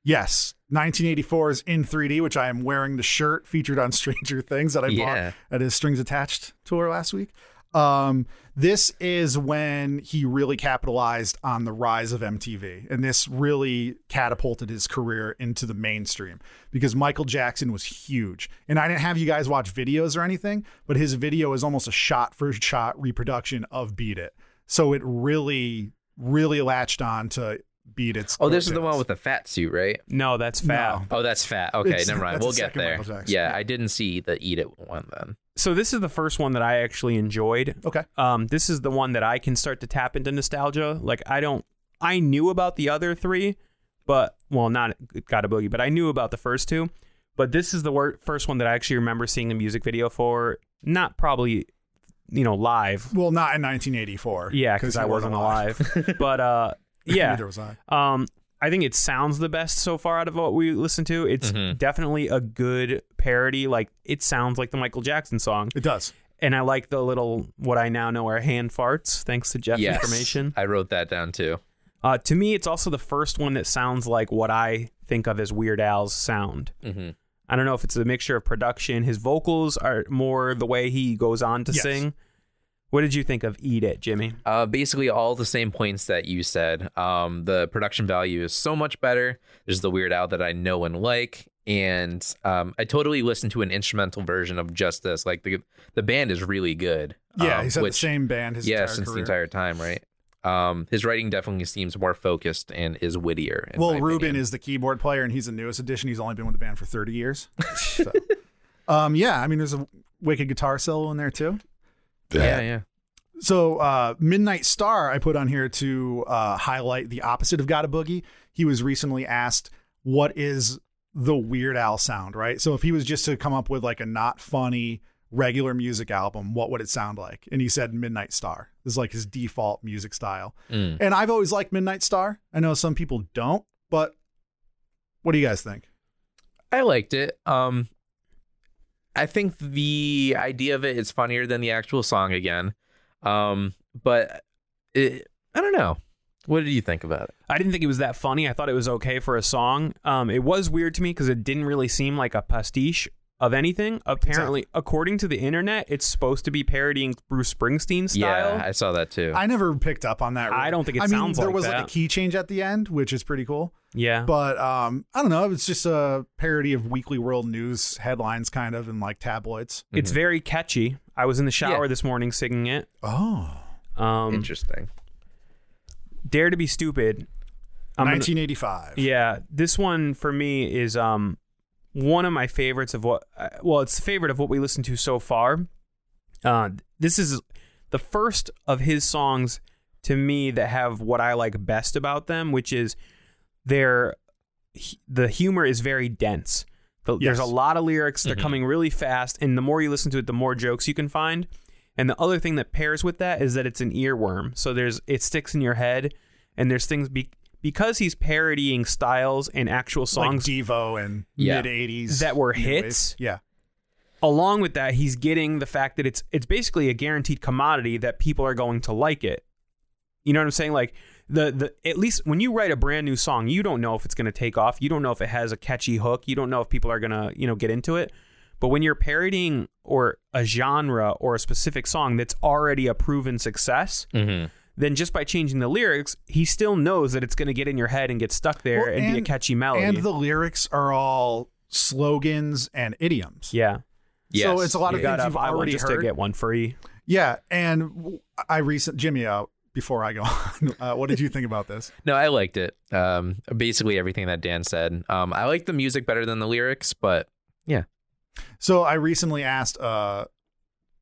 S4: Yes. 1984's in 3D, which I am wearing the shirt featured on Stranger Things that I
S3: Yeah.
S4: bought at his Strings Attached tour last week. Um, this is when he really capitalized on the rise of MTV, and this really catapulted his career into the mainstream because Michael Jackson was huge. And I didn't have you guys watch videos or anything, but his video is almost a shot for shot reproduction of Beat It. So it really, really latched on to Beat It's.
S3: Oh, this is the one with the fat suit, right?
S5: No, that's
S4: No.
S5: fat.
S3: Oh, that's fat. Okay,
S4: It's-
S3: never mind.
S4: that's
S3: We'll
S4: the
S3: get
S4: second
S3: there.
S4: Michael Jackson.
S3: Yeah, I didn't see the eat it one then.
S5: So this is the first one that I actually enjoyed.
S4: Okay.
S5: um, this is the one that I can start to tap into nostalgia. Like I don't, I knew about the other three, but well, not Got a Boogie, but I knew about the first two. But this is the wor- first one that I actually remember seeing the music video for. Not probably, you know, live.
S4: Well, not in 1984.
S5: Yeah, because I
S4: he
S5: wasn't alive. but uh, yeah,
S4: Neither was I.
S5: um, I think it sounds the best so far out of what we listen to. It's definitely a good parody. Like it sounds like the Michael Jackson song
S4: It does.
S5: and I like the little what I now know are hand farts, thanks to Jeff's
S3: Yes,
S5: information.
S3: I wrote that down too.
S5: Uh, to me, it's also the first one that sounds like what I think of as Weird Al's sound.
S3: Mhm.
S5: I don't know if it's a mixture of production. His vocals are more the way he goes on to
S4: Yes.
S5: sing. What did you think of "Eat It," Jimmy?
S3: Uh, basically, all the same points that you said. Um, the production value is so much better. There's the Weird Al that I know and like, and um, I totally listened to an instrumental version of just this. Like the the band is really good.
S4: Yeah,
S3: um,
S4: he's had
S3: which-
S4: the same band his
S3: yeah
S4: entire
S3: since
S4: career.
S3: the entire time, right? Um, his writing definitely seems more focused and is wittier. in
S4: well,
S3: my
S4: Ruben
S3: opinion.
S4: is the keyboard player, and he's the newest addition. He's only been with the band for 30 years. So, um, yeah, I mean, there's a wicked guitar solo in there too.
S3: yeah, yeah.
S4: So uh, Midnight Star, I put on here to uh, highlight the opposite of Got a Boogie. He was recently asked, "What is the Weird Al sound?" Right. So if he was just to come up with like a not funny regular music album, what would it sound like? And he said Midnight Star is like his default music style.
S3: Mm.
S4: And I've always liked Midnight Star. I know some people don't, but what do you guys think?
S3: I liked it. Um, I think the idea of it is funnier than the actual song again. Um, but it, I don't know. What did you think about it?
S5: I didn't think it was that funny. I thought it was okay for a song. Um, it was weird to me because it didn't really seem like a pastiche of anything. Apparently, according to the internet, it's supposed to be parodying Bruce Springsteen style.
S3: Yeah, I saw that too.
S4: I never picked up on that.
S5: I don't think it
S4: I mean,
S5: sounds
S4: there
S5: like
S4: was like
S5: that.
S4: a key change at the end, which is pretty cool.
S5: yeah.
S4: But um, I don't know. It's just a parody of Weekly World News headlines, kind of, and like tabloids.
S5: It's very catchy. I was in the shower
S3: Yeah.
S5: this morning singing it.
S4: Oh,
S5: Um,
S3: Interesting.
S5: Dare to be stupid. I'm gonna-
S4: 1985.
S5: yeah, this one for me is um one of my favorites of what. uh, Well, it's the favorite of what we listened to so far. Uh, this is the first of his songs to me that have what I like best about them, which is their hu- the humor is very dense. The- There's a
S4: Yes.
S5: lot of lyrics.
S3: Mm-hmm.
S5: They're coming really fast, and the more you listen to it, the more jokes you can find. And the other thing that pairs with that is that it's an earworm. So there's it sticks in your head, and there's things be, because he's parodying styles and actual songs.
S4: like Devo and
S3: Yeah.
S4: mid 80s
S5: That were
S4: new wave.
S5: hits?
S4: Yeah,
S5: along with that, he's getting the fact that it's it's basically a guaranteed commodity that people are going to like it. You know what I'm saying? Like the the at least when you write a brand new song, you don't know if it's going to take off. You don't know if it has a catchy hook. You don't know if people are going to you know get into it. But when you're parodying or a genre or a specific song that's already a proven success,
S3: Mm-hmm.
S5: then just by changing the lyrics, he still knows that it's going to get in your head and get stuck there
S4: Well,
S5: and, be a catchy melody.
S4: and the lyrics are all slogans and idioms.
S5: yeah,
S3: Yes.
S4: So it's a lot of
S5: got
S4: things
S5: to
S4: you've
S5: buy one
S4: already
S5: just
S4: heard.
S5: to get one free.
S4: Yeah, and w- I recent Jimmy out before I go on. Uh, what did you think about this?
S3: No, I liked it. Um, basically everything that Dan said. Um, I like the music better than the lyrics, but
S4: So I recently asked uh,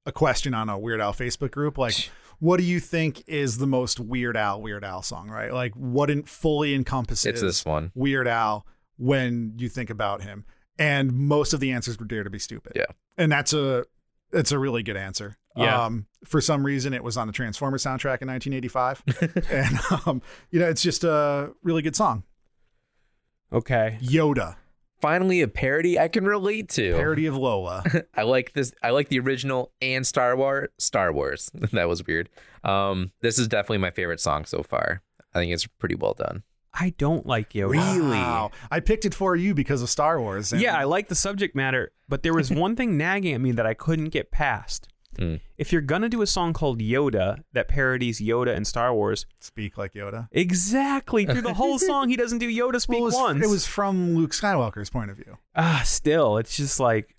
S4: a question on a Weird Al Facebook group, like, what do you think is the most Weird Al Weird Al song? Right, like what in, fully encompasses
S3: it's this one.
S4: Weird Al when you think about him, and most of the answers were Dare to Be Stupid.
S3: Yeah.
S4: and that's a that's a really good answer.
S5: Yeah.
S4: Um, for some reason, it was on the Transformer soundtrack in 1985, and um, you know, it's just a really good song.
S5: Okay.
S4: Yoda
S3: Finally, a parody I can relate to.
S4: parody of Lola.
S3: I like this. I like the original and Star Wars. Star Wars. that was weird. Um, this is definitely my favorite song so far. I think it's pretty well done.
S5: I don't like Yoda.
S4: Wow. I picked it for you because of Star Wars. and-
S5: Yeah, I like the subject matter, but there was one thing nagging at me that I couldn't get past.
S3: Mm.
S5: If you're gonna do a song called Yoda that parodies Yoda and Star Wars,
S4: speak like Yoda.
S5: exactly through the whole song he doesn't do Yoda speak
S4: Well, it, was,
S5: once.
S4: it was from Luke Skywalker's point of view.
S5: ah, still, it's just like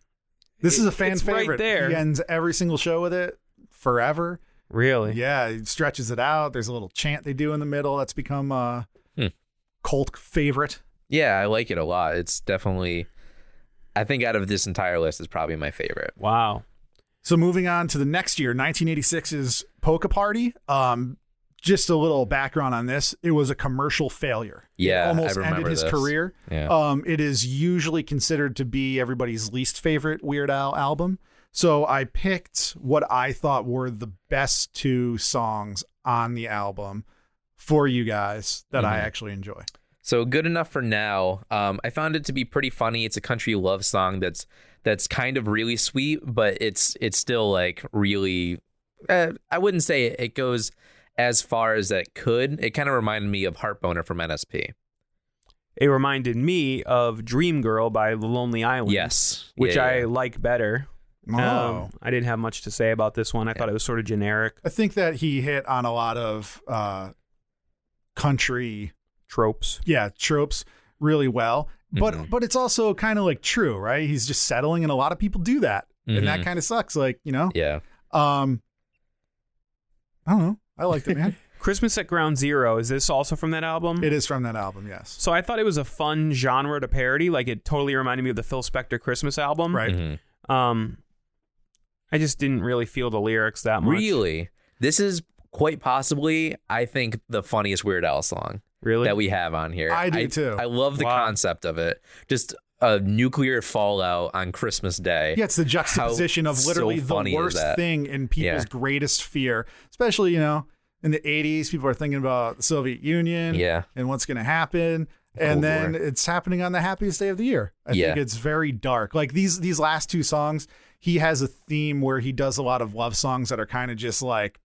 S4: This
S5: It-
S4: is a fan
S5: it's right
S4: favorite.
S5: there.
S4: He ends every single show with it forever.
S5: really.
S4: Yeah, he stretches it out. There's a little chant they do in the middle that's become a
S3: Hmm.
S4: cult favorite.
S3: Yeah, I like it a lot. It's definitely. I think out of this entire list is probably my favorite.
S5: Wow.
S4: So moving on to the next year, 1986's Polka Party. Um, just a little background on this. It was a commercial failure. It
S3: Yeah, I
S4: almost ended
S3: remember
S4: his
S3: this.
S4: career.
S3: Yeah.
S4: Um, it is usually considered to be everybody's least favorite Weird Al album. So I picked what I thought were the best two songs on the album for you guys that I actually enjoy.
S3: So good enough for now. Um, I found it to be pretty funny. It's a country love song that's that's kind of really sweet, but it's it's still like really. Uh, I wouldn't say it, it goes as far as it could. It kind of reminded me of Heartboner from NSP.
S5: It reminded me of Dream Girl by The Lonely Island.
S3: Yes,
S5: Which
S3: Yeah,
S5: I
S3: yeah.
S5: like better.
S4: Oh.
S5: Um, I didn't have much to say about this one. I thought it was sort of generic
S4: I think that he hit on a lot of uh, country,
S5: tropes.
S4: yeah, tropes really well. But
S3: Mhm.
S4: but it's also kind of like true, right? He's just settling, and a lot of people do that, and that
S3: Mhm.
S4: kind of sucks. Like you know,
S3: yeah.
S4: um, I don't know. I liked it, man.
S5: Christmas at Ground Zero, is this also from that album?
S4: It is from that album, yes.
S5: So I thought it was a fun genre to parody. Like it totally reminded me of the Phil Spector Christmas album.
S4: Right.
S3: Mhm.
S5: Um, I just didn't really feel the lyrics that much.
S3: Really? This is quite possibly, I think, the funniest Weird Al song
S5: Really?
S3: that we have on here.
S4: I do too.
S3: I love the
S5: Wow.
S3: concept of it. Just a nuclear fallout on Christmas Day.
S4: Yeah, it's the juxtaposition of
S3: so
S4: literally
S3: funny
S4: the
S3: is
S4: worst
S3: that?
S4: thing and people's
S3: Yeah.
S4: greatest fear, especially you know in the '80s. People are thinking about the Soviet Union,
S3: Yeah.
S4: and what's going to happen, and
S3: Cold
S4: then
S3: War.
S4: it's happening on the happiest day of the year. I
S3: Yeah.
S4: think it's very dark. Like these these last two songs, he has a theme where he does a lot of love songs that are kind of just like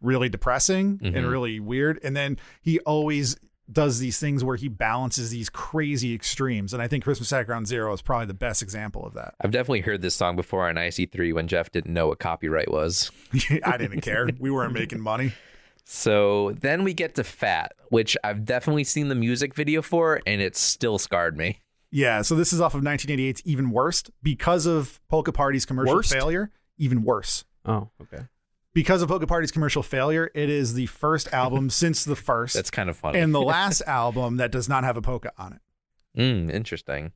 S4: really depressing and
S3: Mhm.
S4: really weird, and then he always does these things where he balances these crazy extremes and i think christmas at ground zero is probably the best example of that
S3: I've definitely heard this song before on IC3 when Jeff didn't know what copyright was.
S4: I didn't care. We weren't making money.
S3: So then we get to Fat, which I've definitely seen the music video for, and it still scarred me.
S4: Yeah, so this is off of 1988's Even Worst because of Polka Party's commercial
S5: Worst?
S4: failure. Even worse.
S5: oh, okay.
S4: Because of Polka Party's commercial failure, it is the first album since the first
S3: That's kind of funny.
S4: and the last album that does not have a polka on it.
S3: Mm, interesting.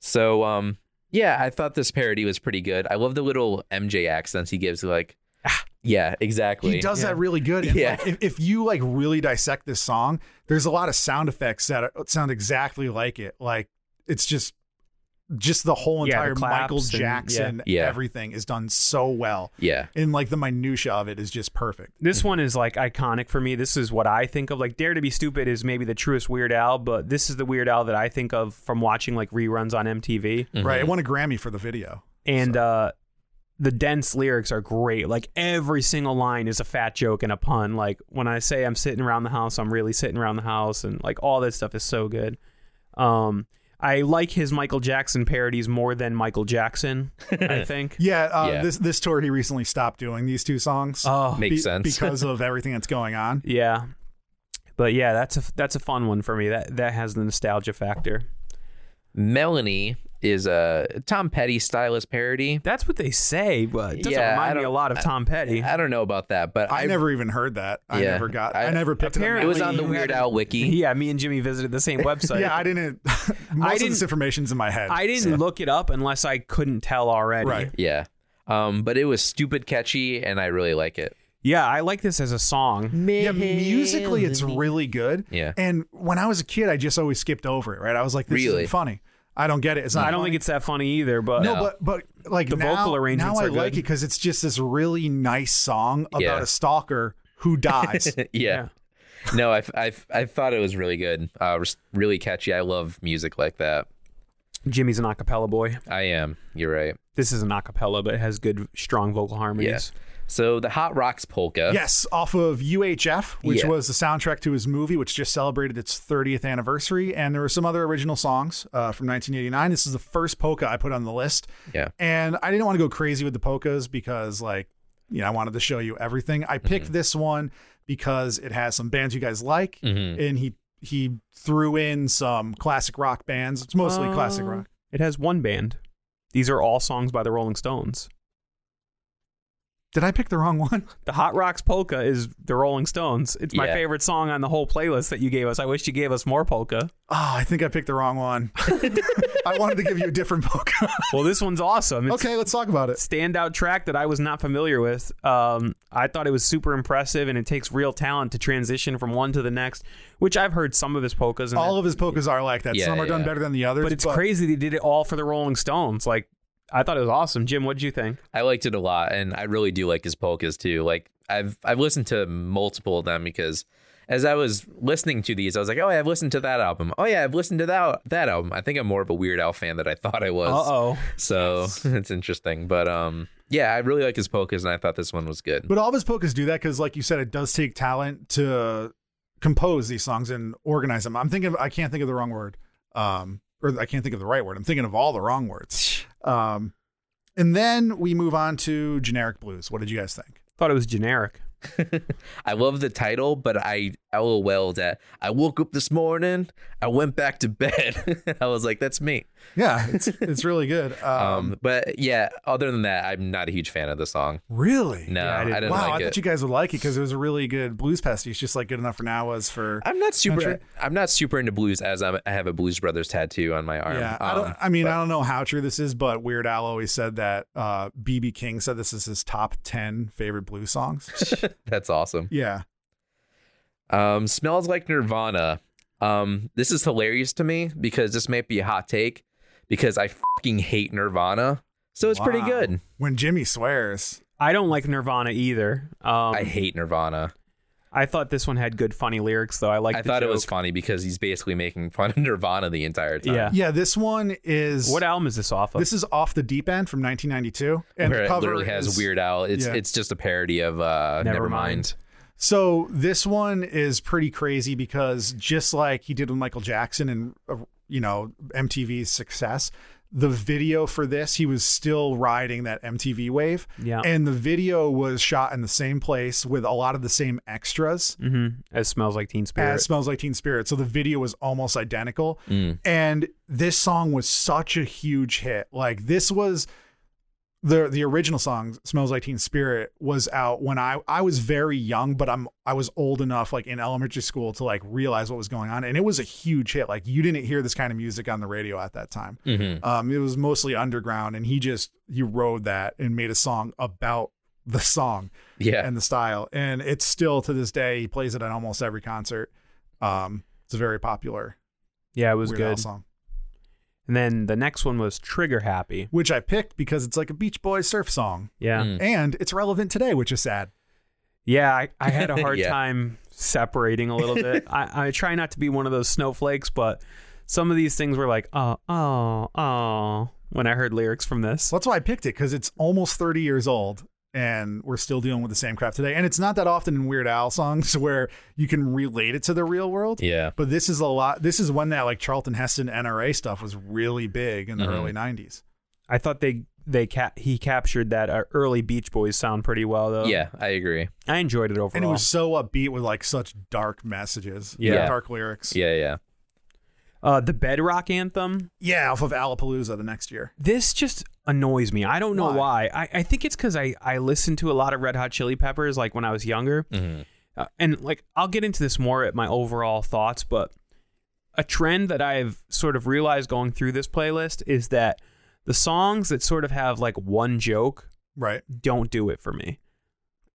S3: So, um, yeah, I thought this parody was pretty good. I love the little MJ accents he gives. Like, "Ah, yeah, exactly.
S4: He does that really good. And
S3: Yeah.
S4: like, if, if you like really dissect this song, there's a lot of sound effects that are, sound exactly like it. Like it's just just the whole
S5: Yeah, the
S4: entire Michael
S5: claps and- yeah.
S4: Jackson
S3: Yeah.
S4: everything is done so well.
S3: Yeah,
S4: and like the minutia of it is just perfect.
S5: This one is like iconic for me. This is what I think of. Like Dare to Be Stupid is maybe the truest Weird Al, but this is the Weird Al that I think of from watching like reruns on MTV.
S3: Mm-hmm.
S4: Right. It won a Grammy for the video.
S5: And uh the dense lyrics are great. Like every single line is a fat joke and a pun. Like when I say I'm sitting around the house, I'm really sitting around the house and like all that stuff is so good. Um I like his Michael Jackson parodies more than Michael Jackson, I think.
S4: Yeah, uh,
S3: Yeah.
S4: This this tour he recently stopped doing these two songs.
S5: Oh,
S3: makes sense.
S4: because of everything that's going on.
S5: Yeah. But yeah, that's a that's a fun one for me. That that has the nostalgia factor.
S3: Melanie is a Tom Petty stylist parody.
S5: That's what they say, but it doesn't
S3: Yeah, I
S5: remind me a
S3: don't-
S5: lot of Tom Petty.
S3: I don't know about that, but
S4: I,
S3: I,
S4: never even heard that. I
S3: Yeah.
S4: never got.
S3: I-
S4: I, never picked it up.
S3: It was on the
S5: You
S3: Weird
S5: had-
S3: Al wiki.
S5: yeah, me and Jimmy visited the same website.
S4: Yeah, I didn't. most of
S5: didn't-
S4: this information's in my head.
S5: I didn't look it up unless I couldn't tell already.
S4: Right.
S3: Yeah. Um, but it was stupid catchy, and I really like it.
S5: Yeah, I like this as a song.
S4: yeah, musically it's really good.
S3: Yeah.
S4: And when I was a kid, I just always skipped over it. Right. I was like, this
S3: Really?
S4: isn't funny. I don't get it. It's not.
S5: I don't
S4: funny.
S5: think it's that funny either, but uh,
S4: No, but but like
S5: The
S4: now,
S5: vocal arrangements
S4: now I
S5: are
S4: like it
S5: good.
S4: because it's just this really nice song about
S3: Yeah.
S4: a stalker who dies.
S3: yeah. No, I, I, I thought it was really good. Uh, really catchy. I love music like that.
S5: Jimmy's an acapella boy.
S3: I am. You're right.
S5: This is an acapella, but it has good, strong vocal harmonies.
S3: So the Hot Rocks polka.
S4: yes, off of UHF, which
S3: Uh, Yeah.
S4: was the soundtrack to his movie, which just celebrated its 30th anniversary, and there were some other original songs uh, from 1989. This is the first polka I put on the list,
S3: Yeah.
S4: and I didn't want to go crazy with the polkas because, like, you know, I wanted to show you everything. I picked
S3: Mm-hmm.
S4: this one because it has some bands you guys like,
S3: Mhm.
S4: and he he threw in some classic rock bands. It's mostly classic
S5: Uh,
S4: rock.
S5: It has one band. These are all songs by the Rolling Stones.
S4: Did I pick the wrong one?
S5: The Hot Rocks Polka is the Rolling Stones. It's my
S3: Yeah.
S5: favorite song on the whole playlist that you gave us. I wish you gave us more polka.
S4: Oh, I think I picked the wrong one. I wanted to give you a different book.
S5: Well, this one's awesome. It's
S4: okay, let's talk about
S5: a
S4: it.
S5: standout track that I was not familiar with. Um, I thought it was super impressive, and it takes real talent to transition from one to the next, which I've heard some of his polkas. And
S4: All of his polkas are like that.
S3: Yeah,
S4: Some are done
S3: yeah.
S4: better than the others.
S5: but it's crazy they did it all for the Rolling Stones. Like, I thought it was awesome. Jim, what did you think?
S3: I liked it a lot, and I really do like his polkas too. Like I've I've listened to multiple of them because as I was listening to these, I was like, oh, yeah, I've listened to that album. Oh yeah, I've listened to that that album. I think I'm more of a Weird Al fan than I thought I was.
S5: oh.
S3: So it's interesting, but um, yeah, I really like his polkas, and I thought this one was good.
S4: But all of his polkas do that because, like you said, it does take talent to compose these songs and organize them. I'm thinking, of, I can't think of the wrong word, um, or I can't think of the right word. I'm thinking of all the wrong words. Um, and then we move on to generic blues. What did you guys think?
S5: Thought it was generic.
S3: I love the title, but I LOL that I woke up this morning, I went back to bed. I was like, that's me.
S4: Yeah, it's it's really good. Um,
S3: Um, but yeah, other than that, I'm not a huge fan of the song.
S4: really?
S3: No,
S5: Yeah, I
S3: I
S5: didn't-
S3: didn't,
S4: wow, I
S3: like
S4: thought
S3: it.
S4: you guys would like it because it was a really good blues pastiche, just like good enough for now was for.
S3: I'm not super.
S4: sure.
S3: I'm not super into blues, as I'm, I have a Blues Brothers tattoo on my arm.
S4: yeah, I
S3: Um,
S4: don't. I mean, I don't know how true this is, but Weird Al always said that. uh BB King said this is his top ten favorite blues songs.
S3: that's awesome.
S4: yeah,
S3: Um, smells like Nirvana. Um, this is hilarious to me because this might be a hot take because I fucking hate Nirvana. So it's pretty
S4: Wow.
S3: good.
S4: When Jimmy swears,
S5: I don't like Nirvana either. Um,
S3: I
S5: I,
S3: hate Nirvana.
S5: thought this one had good, funny lyrics, though. I like.
S3: I thought it was funny because he's basically making fun of Nirvana the entire time.
S5: Yeah.
S4: yeah, this one is
S5: What album is this off of?
S4: This is off the deep end from 1992, and
S3: Where
S4: the
S3: it
S4: cover
S3: literally has
S4: is,
S3: Weird Al. It's
S4: yeah.
S3: it's just a parody of uh,
S5: Nevermind.
S3: Nevermind.
S4: So this one is pretty crazy because just like he did with Michael Jackson and uh, you know MTV's success, the video for this he was still riding that MTV wave.
S5: Yeah.
S4: and the video was shot in the same place with a lot of the same extras.
S5: mm-hmm. It smells like Teen Spirit.
S4: As smells like Teen Spirit, so the video was almost identical, and this song was such a huge hit. Like this was the the original song smells like teen spirit was out when i i was very young but i'm i was old enough like in elementary school to like realize what was going on and it was a huge hit like you didn't hear this kind of music on the radio at that time
S3: Mm-hmm.
S4: um it was mostly underground and he just he rode that and made a song about the song
S3: Yeah.
S4: and the style and it's still to this day he plays it at almost every concert um it's a very popular
S5: yeah, it was
S4: Weird Al
S5: good.
S4: song
S5: And then the next one was Trigger Happy.
S4: which i picked because it's like a beach boys surf song
S5: Yeah.
S3: Mm.
S4: and it's relevant today which is sad
S5: Yeah, I, I had a hard
S3: Yeah.
S5: time separating a little bit. I, I try not to be one of those snowflakes, but some of these things were like, oh, oh, oh, when I heard lyrics from this.
S4: So that's why I picked it because it's almost 30 years old and we're still dealing with the same crap today. And it's not that often in Weird Al songs where you can relate it to the real world.
S3: Yeah.
S4: But this is a lot. This is when that like Charlton Heston NRA stuff was really big in the
S5: Mm-hmm.
S3: Mhm.
S4: early 90s.
S5: I thought they they ca- he captured that uh, early Beach Boys sound pretty well though.
S3: Yeah, I agree.
S5: I enjoyed it overall.
S4: And it was so upbeat with like such dark messages.
S5: Yeah.
S4: like, Dark lyrics.
S3: Yeah, yeah.
S5: uh, the Bedrock Anthem.
S4: Yeah, Off of Alapalooza the next year.
S5: This just annoys me. I don't know why.
S4: Why?
S5: I, I think it's because I I listened to a lot of Red Hot Chili Peppers like when I was younger.
S3: Mhm.
S5: uh, and like I'll get into this more at my overall thoughts, but a trend that I've sort of realized going through this playlist is that the songs that sort of have like one joke
S4: Right.
S5: don't do it for me.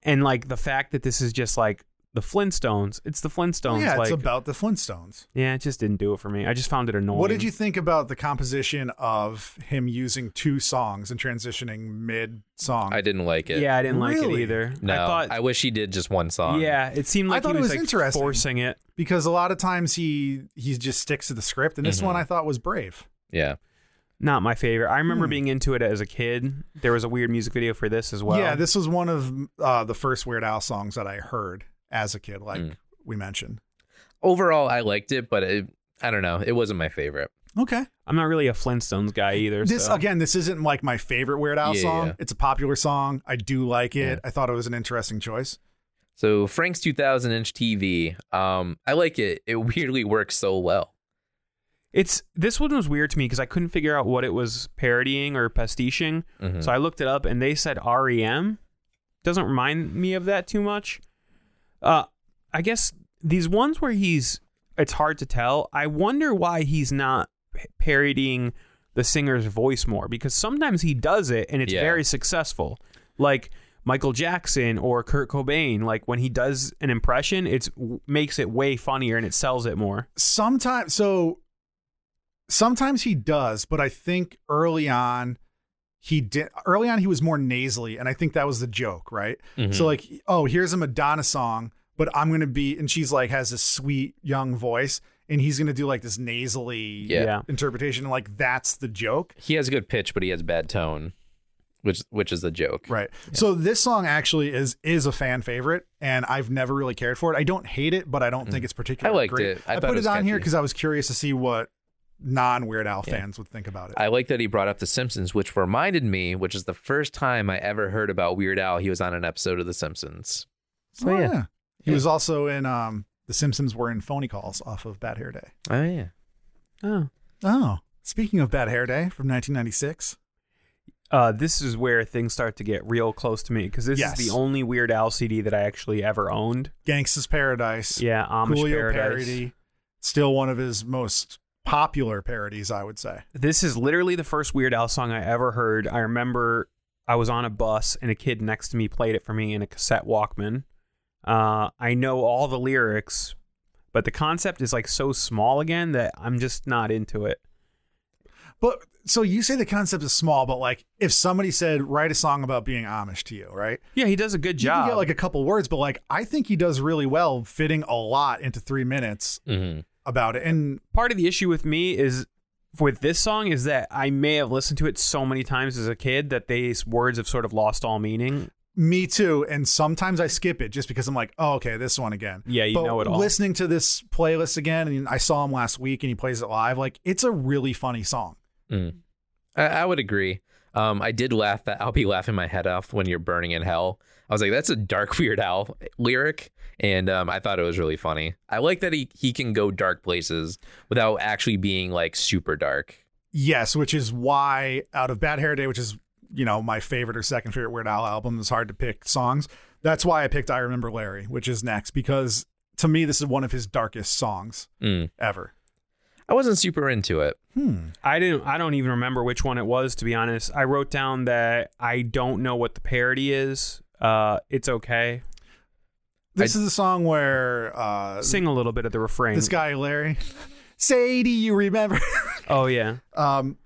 S5: And like the fact that this is just like the Flintstones, it's the Flintstones.
S4: yeah,
S5: like,
S4: it's about the Flintstones.
S5: yeah, it just didn't do it for me. I just found it annoying.
S4: What did you think about the composition of him using two songs and transitioning mid song?
S3: I didn't like it.
S5: Yeah, I didn't like it
S4: Really?
S5: either.
S3: No,
S5: I thought.
S3: wish he did just one song.
S5: yeah, it seemed
S4: I
S5: like
S4: thought
S5: he
S4: it
S5: was,
S4: was
S5: like
S4: interesting.
S5: forcing it.
S4: because a lot of times he he just sticks to the script and this
S3: Mm-hmm.
S4: one i thought was brave
S3: Yeah.
S5: Not my favorite. I
S4: Hmm.
S5: remember being into it as a kid. There was a weird music video for this as well.
S4: yeah this was one of uh the first weird al songs that i heard as a kid like
S3: Mm.
S4: we mentioned
S3: Overall, I liked it, but it, I don't know. It wasn't my favorite.
S4: okay
S5: I'm not really a Flintstones guy either.
S4: this
S5: so.
S4: again this isn't like my favorite weird al
S3: Yeah,
S4: song
S3: yeah.
S4: it's a popular song i do like it i thought it was an interesting choice
S3: So Frank's 2000 inch TV. Um, I like it. It weirdly works so well.
S5: It's this one was weird to me because I couldn't figure out what it was parodying or pastiching. So I looked it up and they said REM. Doesn't remind me of that too much. Uh, I guess these ones where he's it's hard to tell. I wonder why he's not p- parodying the singer's voice more because sometimes he does it and it's
S3: Yeah.
S5: very successful. Like Michael Jackson or Kurt Cobain, like when he does an impression, it's makes it way funnier and it sells it more.
S4: Oh, sometimes so sometimes he does but i think early on he did early on he was more nasally and i think that was the joke right so like oh here's a madonna song but i'm gonna be and she's like has this sweet young voice and he's gonna do like this nasally
S3: Yeah.
S5: yeah.
S4: interpretation like that's the joke
S3: He has good pitch, but he has bad tone, which which is the joke.
S4: right so this song actually is is a fan favorite and i've never really cared for it i don't hate it but i don't think it's particularly
S3: I liked
S4: great
S3: it. I
S4: i,
S3: thought
S4: put
S3: it
S4: it,
S3: was
S4: on here
S3: catchy.
S4: because i was curious to see what non-weird al fans would think about it
S3: I like that he brought up The Simpsons, which reminded me, which is the first time I ever heard about Weird Al. He was on an episode of The Simpsons.
S4: Oh, yeah. He was also in um The Simpsons were in phony calls off of Bad Hair Day.
S3: Oh yeah.
S5: Oh.
S4: Oh. Speaking of Bad Hair Day from 1996,
S5: Uh, this is where things start to get real close to me because this
S4: Yes.
S5: is the only Weird Al CD that I actually ever owned.
S4: Gangsta's Paradise.
S5: Yeah, Amish
S4: Coolio
S5: Paradise.
S4: parody. Still one of his most popular parodies, I would say.
S5: This is literally the first Weird Al song I ever heard. I remember I was on a bus and a kid next to me played it for me in a cassette Walkman. Uh, I know all the lyrics, but the concept is like so small again that I'm just not into it.
S4: But so you say the concept is small, but like if somebody said write a song about being Amish to you, right?
S5: Yeah, he does a good
S4: You
S5: job.
S4: can get like a couple words, but like I think he does really well fitting a lot into three minutes
S3: Mm-hmm.
S4: about it. And
S5: part of the issue with me is with this song is that I may have listened to it so many times as a kid that these words have sort of lost all meaning.
S4: me too. And sometimes I skip it just because I'm like, oh, okay, this one again.
S5: Yeah, you
S4: But
S5: know it all.
S4: Listening to this playlist again, and I saw him last week and he plays it live. Like it's a really funny song.
S3: I, I would agree. Um, I did laugh that I'll be laughing my head off when you're burning in hell. I was like, that's a dark Weird Al lyric, and um, I thought it was really funny. I like that he he can go dark places without actually being like super dark.
S4: Yes, which is why out of Bad Hair Day, which is you know my favorite or second favorite Weird Al album, it's hard to pick songs. That's why I picked I Remember Larry, which is next because to me this is one of his darkest songs
S3: Mm.
S4: ever.
S3: I wasn't super into it.
S5: I didn't I don't even remember which one it was to be honest. I wrote down that I don't know what the parody is. Uh it's okay.
S4: This is a song where uh,
S5: Sing a little bit of the refrain.
S4: this guy Larry, say, do you remember?
S5: oh yeah.
S4: um,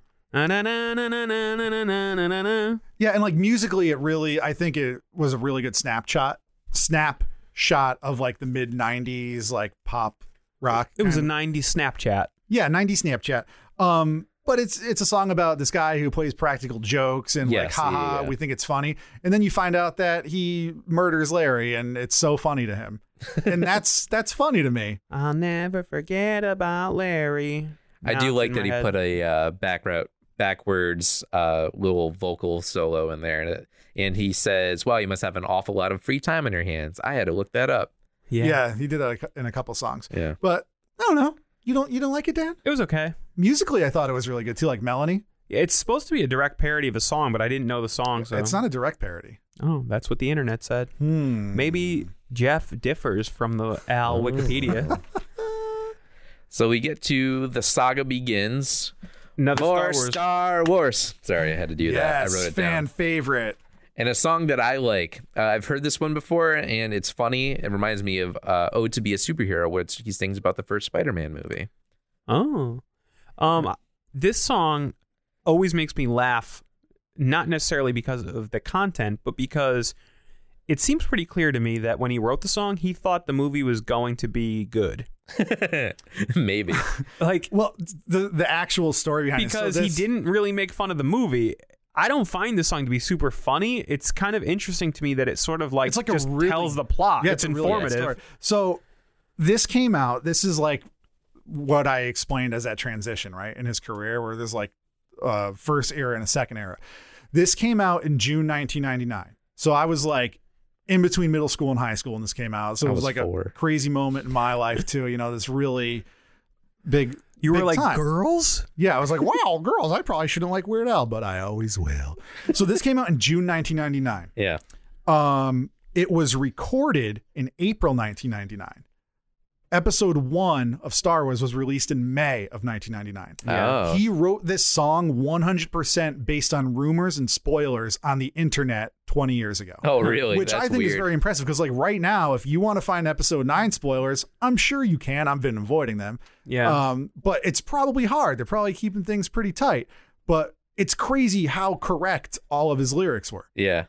S5: Na-na-na-na-na-na-na-na-na.
S4: yeah, and like musically, it really I think it was a really good snapshot snapshot of like the mid '90s like pop rock.
S5: It was
S4: kinda
S5: a 90s Snapchat.
S4: Yeah, 90 Snapchat. Um, but it's it's a song about this guy who plays practical jokes and like,
S3: Yes,
S4: haha,
S3: yeah.
S4: we think it's funny. And then you find out that he murders Larry, and it's so funny to him. And that's that's funny to me.
S5: I'll never forget about Larry.
S3: I do like that he
S5: put
S3: put a uh, back route, backwards uh, little vocal solo in there, and, it- and he says, "Wow, you must have an awful lot of free time on your hands." I had to look that up.
S5: yeah.
S4: Yeah, he did that a cou- in a couple songs.
S3: Yeah.
S4: But I don't know. You don't you don't like it, Dan?
S5: It was okay.
S4: Musically, I thought it was really good too. Like Melanie,
S5: It's supposed to be a direct parody of a song, but I didn't know the song. So
S4: it's not a direct parody.
S5: Oh, that's what the internet said.
S4: Hmm. Oh.
S5: Maybe Jeff differs from the Al Wikipedia.
S3: So we get to the saga begins.
S5: Another Star
S3: More
S5: Wars.
S3: Star Wars. Sorry, I had to do
S4: Yes,
S3: that. I wrote it
S4: fan
S3: down.
S4: favorite.
S3: And a song that I like. Uh, I've heard this one before, and it's funny. It reminds me of uh, "Ode to Be a Superhero," which he sings about the first Spider-Man movie.
S5: Oh, um, this song always makes me laugh. Not necessarily because of the content, but because it seems pretty clear to me that when he wrote the song, he thought the movie was going to be good.
S3: Maybe.
S5: Like
S4: Well, the the actual story behind it. So
S5: because
S4: this-
S5: he didn't really make fun of the movie. I don't find this song to be super funny. It's kind of interesting to me that it sort of like,
S4: it's like
S5: just
S4: a really,
S5: tells the plot.
S4: Yeah,
S5: Ah, it's,
S4: a really good
S5: informative.
S4: story. so this came out. This is like what I explained as that transition, right, in his career, where there's like uh, first era and a second era. This came out in June 1999. So I was like in between middle school and high school when this came out. So
S3: I
S4: it was,
S3: was
S4: like
S3: four.
S4: a crazy moment in my life too. You know, this really big.
S5: you were
S4: big
S5: like
S4: time.
S5: girls.
S4: Yeah, I was like, wow, girls, I probably shouldn't like Weird Al, but I always will. So this came out in June 1999.
S3: yeah.
S4: Um, it was recorded in April 1999. Episode one of Star Wars was released in May of 1999.
S3: Oh.
S4: He wrote this song 100% based on rumors and spoilers on the internet 20 years ago.
S3: oh, really?
S4: Which
S3: That's
S4: I think
S3: weird.
S4: is very impressive because, like, right now, if you want to find episode nine spoilers, I'm sure you can. I've been avoiding them.
S5: Yeah.
S4: Um, but it's probably hard. They're probably keeping things pretty tight. But it's crazy how correct all of his lyrics were.
S3: Yeah.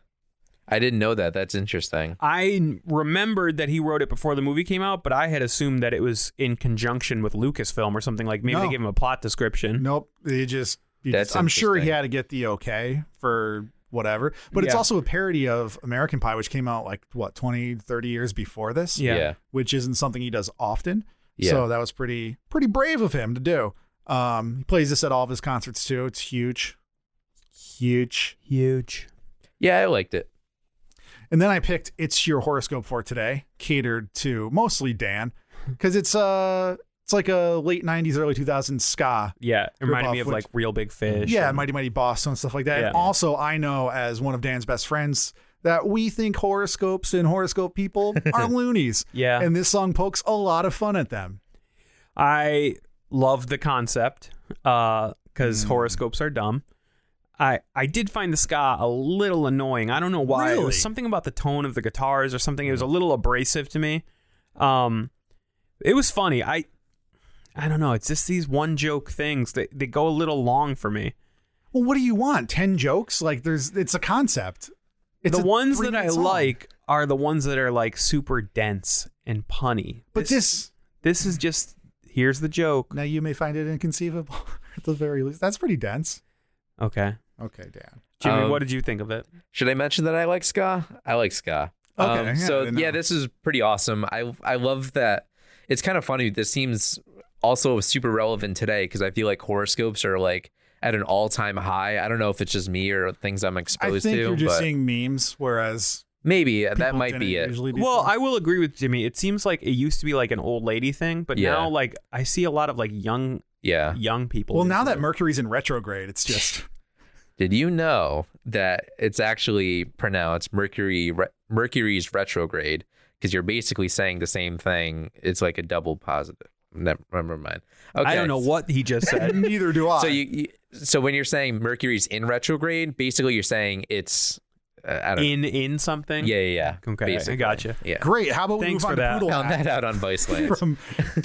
S3: I didn't know that. That's interesting.
S5: I remembered that he wrote it before the movie came out, but I had assumed that it was in conjunction with Lucasfilm or something like maybe
S4: No.
S5: they gave him a plot description.
S4: Nope. He just. he
S3: That's
S4: just- I'm sure he
S3: interesting.
S4: had to get the okay for whatever. But it's
S5: Yeah.
S4: also a parody of American Pie, which came out like, what, 20, 30 years before this?
S5: Yeah.
S3: Yeah.
S4: Which isn't something he does often.
S3: Yeah.
S4: So that was pretty, pretty brave of him to do. Um, he plays this at all of his concerts too. It's huge. Huge.
S5: Huge.
S3: Yeah, I liked it.
S4: And then I picked It's Your Horoscope for Today, catered to mostly Dan, because it's uh It's like a late '90s, early 2000s ska.
S5: Yeah, it reminded
S4: Ripoff,
S5: me of
S4: which-
S5: like Real Big Fish.
S4: Yeah,
S5: and-
S4: Mighty Mighty Boss and stuff like that. And
S5: Yeah.
S4: also, I know as one of Dan's best friends that we think horoscopes and horoscope people are loonies.
S5: Yeah.
S4: and this song pokes a lot of fun at them.
S5: I love the concept because
S4: Hmm.
S5: horoscopes are dumb. I, I did find the ska a little annoying. I don't know why. It
S4: Really?
S5: was something about the tone of the guitars or something. It was a little abrasive to me. Um, it was funny. I I don't know. It's just these one joke things. They they go a little long for me.
S4: Well, what do you want? Ten jokes? Like, there's it's a concept. It's
S5: the
S4: a
S5: ones that
S4: three-minute
S5: I
S4: song.
S5: like are the ones that are like super dense and punny.
S4: but this
S5: this is just here's the joke.
S4: now you may find it inconceivable at the very least. That's pretty dense.
S5: Okay,
S4: Okay, Dan.
S5: Jimmy,
S3: Um,
S5: what did you think of it?
S3: Should I mention that I like ska? I like ska.
S4: Okay, yeah,
S3: Um, so
S4: I didn't
S3: yeah,
S4: know.
S3: this is pretty awesome. I I love that. It's kind of funny. This seems also super relevant today because I feel like horoscopes are like at an all time high. I don't know if it's just me or things I'm
S4: I
S3: exposed
S4: think
S3: to,
S4: you're just
S3: but
S4: seeing memes, whereas
S3: maybe uh, that
S4: people
S3: might
S4: didn't
S3: be it.
S4: usually do
S5: Well,
S4: that.
S5: I will agree with Jimmy. It seems like it used to be like an old lady thing, but
S3: Yeah.
S5: now like I see a lot of like young
S3: Yeah.
S5: young people.
S4: well,
S5: into
S4: now that
S5: it.
S4: Mercury's in retrograde, it's just
S3: Did you know that it's actually pronounced Mercury re- Mercury's retrograde because you're basically saying the same thing. It's like a double positive. Never, never mind. Okay.
S5: I don't know what he just said.
S4: neither do I.
S3: So you, you so when you're saying Mercury's in retrograde, basically you're saying it's uh, I don't
S5: in in something.
S3: yeah yeah yeah.
S5: Okay,
S3: basically.
S5: I gotcha.
S3: Yeah.
S4: Great. How about we
S5: Thanks
S4: move on
S5: for
S4: to
S5: that.
S4: Poodle
S3: Found
S4: Hack
S3: that out on Vice Land.
S4: from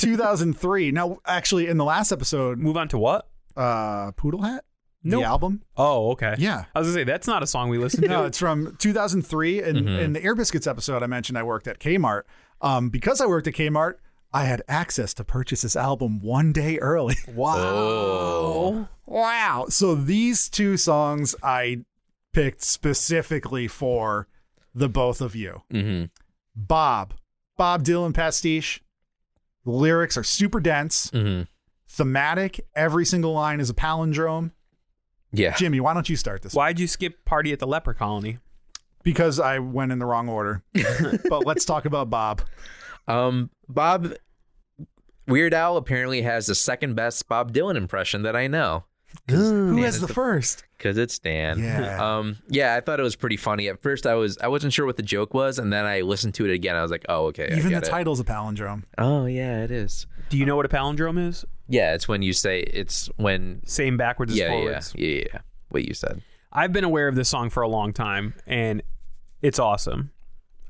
S4: 2003. Now, actually, in the last episode,
S5: Move on to what?
S4: uh, Poodle Hat,
S5: Nope.
S4: the album.
S5: Oh, okay.
S4: Yeah.
S5: I was gonna say that's not a song we listen to.
S4: No, it's from 2003. And in the Air Biscuits episode, I mentioned I worked at Kmart. Um, because I worked at Kmart, I had access to purchase this album one day early. Wow.
S3: Oh.
S4: Wow. So these two songs I picked specifically for the both of you.
S3: hmm
S4: Bob, Bob Dylan pastiche. The lyrics are super dense,
S3: hmm
S4: thematic. Every single line is a palindrome.
S3: Yeah.
S4: Jimmy, why don't you start this?
S5: Why'd you skip Party at the Leper Colony?
S4: Because I went in the wrong order. but let's talk about Bob.
S3: Um, Bob Weird Al apparently has the second best Bob Dylan impression that I know
S4: Who
S3: Man,
S4: has
S3: it's
S4: the
S3: a-
S4: first?
S3: because it's Dan.
S4: Yeah.
S3: Um, yeah, I thought it was pretty funny. At first, I was I wasn't sure what the joke was, and then I listened to it again. I was like, oh okay, I
S4: Even the
S3: get it.
S4: title's a palindrome.
S3: Oh yeah, it is.
S5: Do you know what a palindrome is?
S3: Yeah, it's when you say it's when.
S5: Same backwards as
S3: Yeah, yeah,
S5: forwards.
S3: yeah, yeah, yeah. What you said.
S5: I've been aware of this song for a long time, and it's awesome.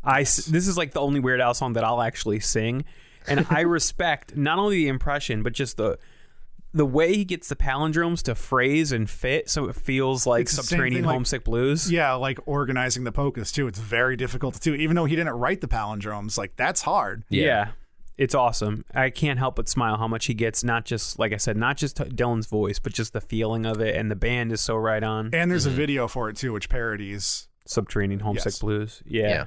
S5: I s- this is like the only Weird Al song that I'll actually sing, and I respect not only the impression but just the the way he gets the palindromes to phrase and fit, so it feels like
S4: It's the same
S5: subterranean
S4: thing, like-
S5: homesick blues.
S4: Yeah, like organizing the POCUS too. It's very difficult to do. Even though he didn't write the palindromes, like that's hard.
S3: Yeah.
S5: Yeah, it's awesome. I can't help but smile how much he gets. Not just like I said, not just t- Dylan's voice, but just the feeling of it, and the band is so right on.
S4: And there's
S3: Mm-hmm.
S4: a video for it too, which parodies.
S5: Subterranean homesick
S4: Yes.
S5: blues.
S3: Yeah.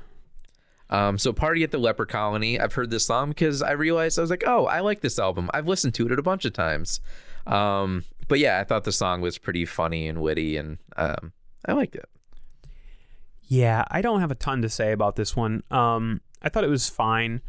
S3: Um, so party at the leper colony. I've heard this song because I realized I was like, oh, I like this album. I've listened to it a bunch of times. Um, but yeah, I thought the song was pretty funny and witty, and um, I liked it.
S5: Yeah, I don't have a ton to say about this one. Um, I thought it was fine.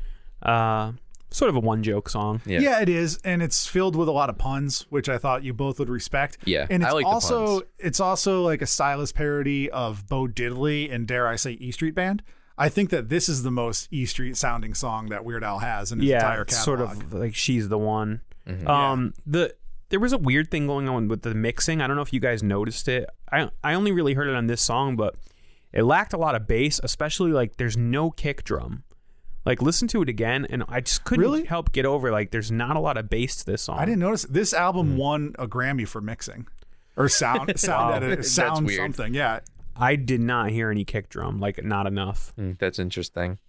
S5: Uh, sort of a one joke song.
S3: Yeah.
S4: yeah, it is, and it's filled with a lot of puns, which I thought you both would respect.
S3: Yeah,
S4: and
S3: I
S4: it's
S3: like the
S4: also
S3: puns.
S4: it's also like a stylist parody of Bo Diddley and dare I say E Street Band. I think that this is the most E Street sounding song that Weird Al has in his entire
S5: it's
S4: catalog.
S5: sort of like she's the one. Um, the there was a weird thing going on with the mixing. I don't know if you guys noticed it. I I only really heard it on this song, but it lacked a lot of bass, especially like there's no kick drum. Like listen to it again, and I just couldn't
S4: Really?
S5: help get over like there's not a lot of bass to this song.
S4: I didn't notice this album
S3: Hmm.
S4: won a Grammy for mixing or sound sound edit,
S3: That's
S4: sound
S3: weird.
S4: something. Yeah,
S5: I did not hear any kick drum. Like not enough.
S3: Mm, That's interesting.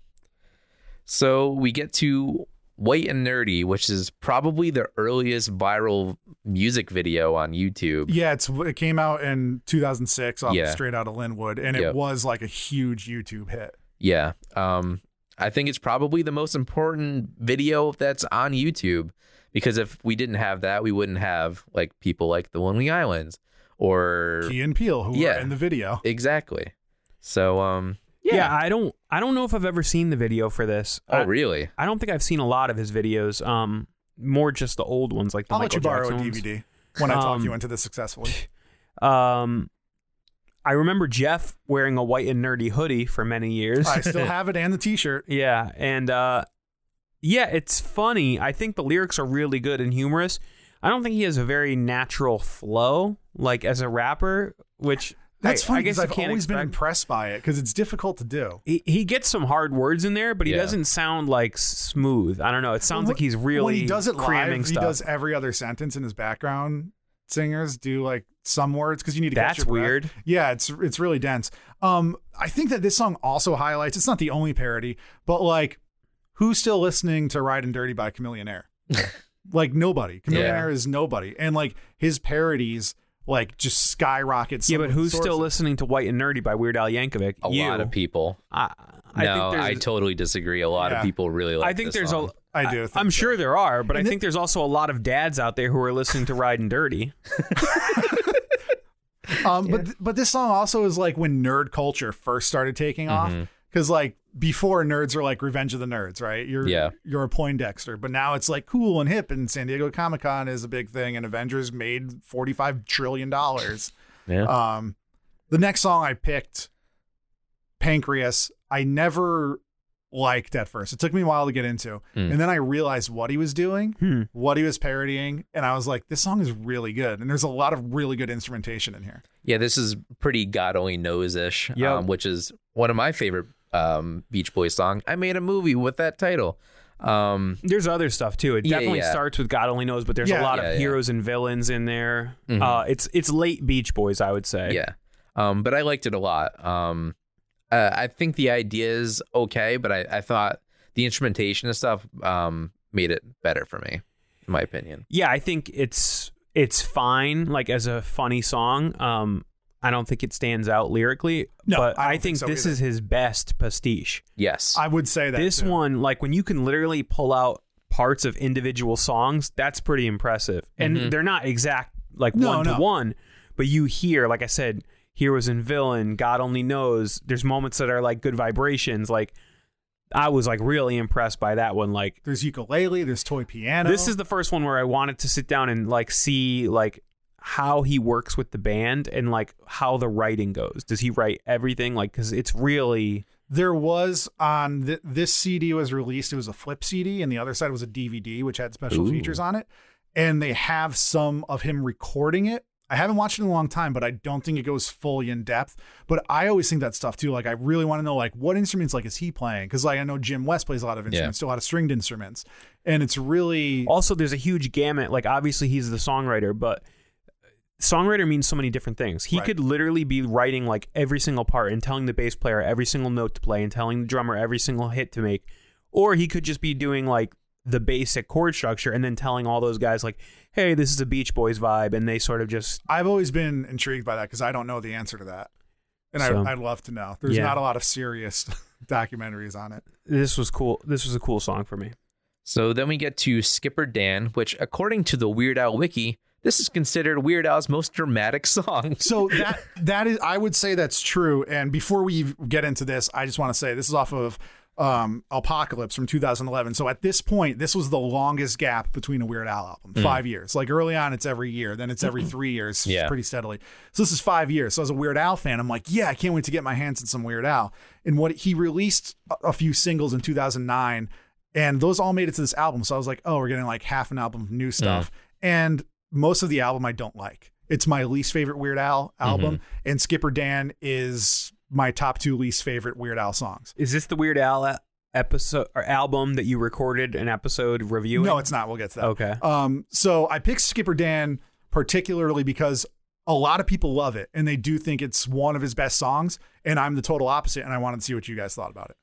S3: So we get to White and Nerdy, which is probably the earliest viral music video on YouTube.
S4: yeah. It's it came out in 2006 off of
S3: Yeah.
S4: Straight Out of Linwood, and it
S3: Yep.
S4: was like a huge YouTube hit.
S3: Yeah. Um, I think it's probably the most important video that's on YouTube because if we didn't have that, we wouldn't have like people like the Lonely Islands or
S4: Key and Peele, who
S3: Yeah.
S4: were in the video.
S3: exactly. So, um,
S5: Yeah. I don't I don't know if I've ever seen the video for this.
S3: oh,
S5: I,
S3: really?
S5: I don't think I've seen a lot of his videos. Um more just the old ones, like the
S4: I'll let
S5: Michael
S4: you borrow
S5: Jackson
S4: a
S5: ones.
S4: DVD when I talk
S5: Um,
S4: you into this successfully.
S5: Um, I remember Jeff wearing a white and nerdy hoodie for many years.
S4: I still have it and the T-shirt.
S5: Yeah, and uh yeah, it's funny. I think the lyrics are really good and humorous. I don't think he has a very natural flow, like as a rapper, which
S4: That's
S5: I,
S4: funny
S5: I guess
S4: because
S5: you
S4: I've
S5: can't
S4: always been
S5: expect-
S4: impressed by it because it's difficult to do.
S5: He, he gets some hard words in there, but he
S3: Yeah.
S5: doesn't sound like s- smooth. I don't know. It sounds like he's really
S4: when he does it
S5: cramming
S4: live.
S5: stuff.
S4: He does every other sentence in his background. Singers do like some words because you need to. catch
S5: That's
S4: your breath.
S5: weird.
S4: Yeah, it's it's really dense. Um, I think that this song also highlights. It's not the only parody, but like, who's still listening to "Ride and Dirty" by Chameleon Air? like nobody. Chameleon
S3: Yeah.
S4: Air is nobody, and like his parodies like just skyrocket.
S5: Yeah,
S4: some
S5: but
S4: of the
S5: who's still
S4: sources.
S5: listening to White and Nerdy by Weird Al Yankovic?
S3: A
S5: You.
S3: lot of people.
S5: I, I
S3: no,
S5: think there's,
S3: I totally disagree. A lot
S4: Yeah.
S3: of people really like.
S5: I think
S3: this
S5: there's
S3: song.
S5: a.
S4: I do. Think
S5: I'm
S4: so.
S5: sure there are, but I
S4: And thi-
S5: think there's also a lot of dads out there who are listening to Ride and Dirty.
S4: Um, but th- but this song also is like when nerd culture first started taking
S5: Mm-hmm.
S4: off. 'Cause
S3: Mm-hmm.
S4: off because like before nerds are like Revenge of the Nerds, right? You're
S3: Yeah.
S4: you're a Poindexter, but now it's like cool and hip, and San Diego Comic Con is a big thing, and Avengers made forty five trillion dollars.
S3: Yeah.
S5: Uh,
S4: Um, the next song I picked, Pancreas, I never liked at first. It took me a while to get into,
S3: Mm.
S4: and then I realized what he was doing,
S5: Hmm.
S4: what he was parodying, and I was like, this song is really good, and there's a lot of really good instrumentation in here.
S3: Yeah, this is pretty God only knows ish,
S5: Yep.
S3: um, which is one of my favorite um, Beach Boys song. I made a movie with that title. Um,
S5: There's other stuff too. It
S3: Yeah,
S5: definitely
S3: yeah.
S5: starts with God only knows, but there's
S4: Yeah.
S5: a lot
S3: Yeah,
S5: of
S3: yeah.
S5: heroes and villains in there. Uh, it's it's late Beach Boys, I would say.
S3: yeah, um, but I liked it a lot. Um, uh, I think the idea is okay, but I, I thought the instrumentation and stuff um, made it better for me, in my opinion.
S5: yeah. I think it's it's fine, like as a funny song. Um, I don't think it stands out lyrically,
S4: No,
S5: but
S4: I
S5: I,
S4: don't
S5: think,
S4: think so
S5: this
S4: either.
S5: is his best pastiche.
S3: Yes,
S4: I would say that
S5: this
S4: too.
S5: one, like when you can literally pull out parts of individual songs, that's pretty impressive. And they're not exact like
S4: No,
S5: one
S4: no.
S5: to one, but you hear, like I said, heroes and villain, God only knows. There's moments that are like good vibrations. Like I was like really impressed by that one. Like
S4: There's ukulele. There's toy piano.
S5: this is the first one where I wanted to sit down and like see like how he works with the band and like how the writing goes. Does he write everything? Like because it's really
S4: there was on th- this CD was released. It was a flip CD, and the other side was a DVD, which had special
S3: Ooh.
S4: features on it. And they have some of him recording it. I haven't watched it in a long time, but I don't think it goes fully in depth. But I always think that stuff too. Like I really want to know like what instruments like is he playing? Because like I know Jim West plays a lot of instruments, a lot of stringed instruments, and it's really
S5: also there's a huge gamut like obviously he's the songwriter but songwriter means so many different things he
S4: Right.
S5: could literally be writing like every single part and telling the bass player every single note to play and telling the drummer every single hit to make or he could just be doing like the basic chord structure and then telling all those guys like hey this is a beach boys vibe and they sort of just
S4: I've always been intrigued by that because I don't know the answer to that, and
S5: So-
S4: I, I'd love to know. There's
S5: Yeah.
S4: not a lot of serious documentaries on it.
S5: this was cool this was a cool song for me
S3: So then we get to Skipper Dan, which, according to the Weird Al Wiki, this is considered Weird Al's most dramatic song.
S4: So that that is, I would say that's true. And before we get into this, I just want to say this is off of um, Apocalypse from 2011. So at this point, this was the longest gap between a Weird Al album, five years. Like early on, it's every year, then it's every three years,
S3: Yeah.
S4: pretty steadily. So this is five years. So as a Weird Al fan, I'm like, yeah, I can't wait to get my hands on some Weird Al. And what he released a- a few singles in 2009 and those all made it to this album. So I was like, oh, we're getting like half an album of new stuff. And most of the album I don't like. It's my least favorite Weird Al album, and Skipper Dan is my top two least favorite Weird Al songs.
S5: is this the weird al e- episode or album that you recorded an episode reviewing
S4: No, it's not. We'll get to that.
S5: Okay.
S4: Um, so I picked Skipper Dan particularly because a lot of people love it and they do think it's one of his best songs, and I'm the total opposite, and I wanted to see what you guys thought about it.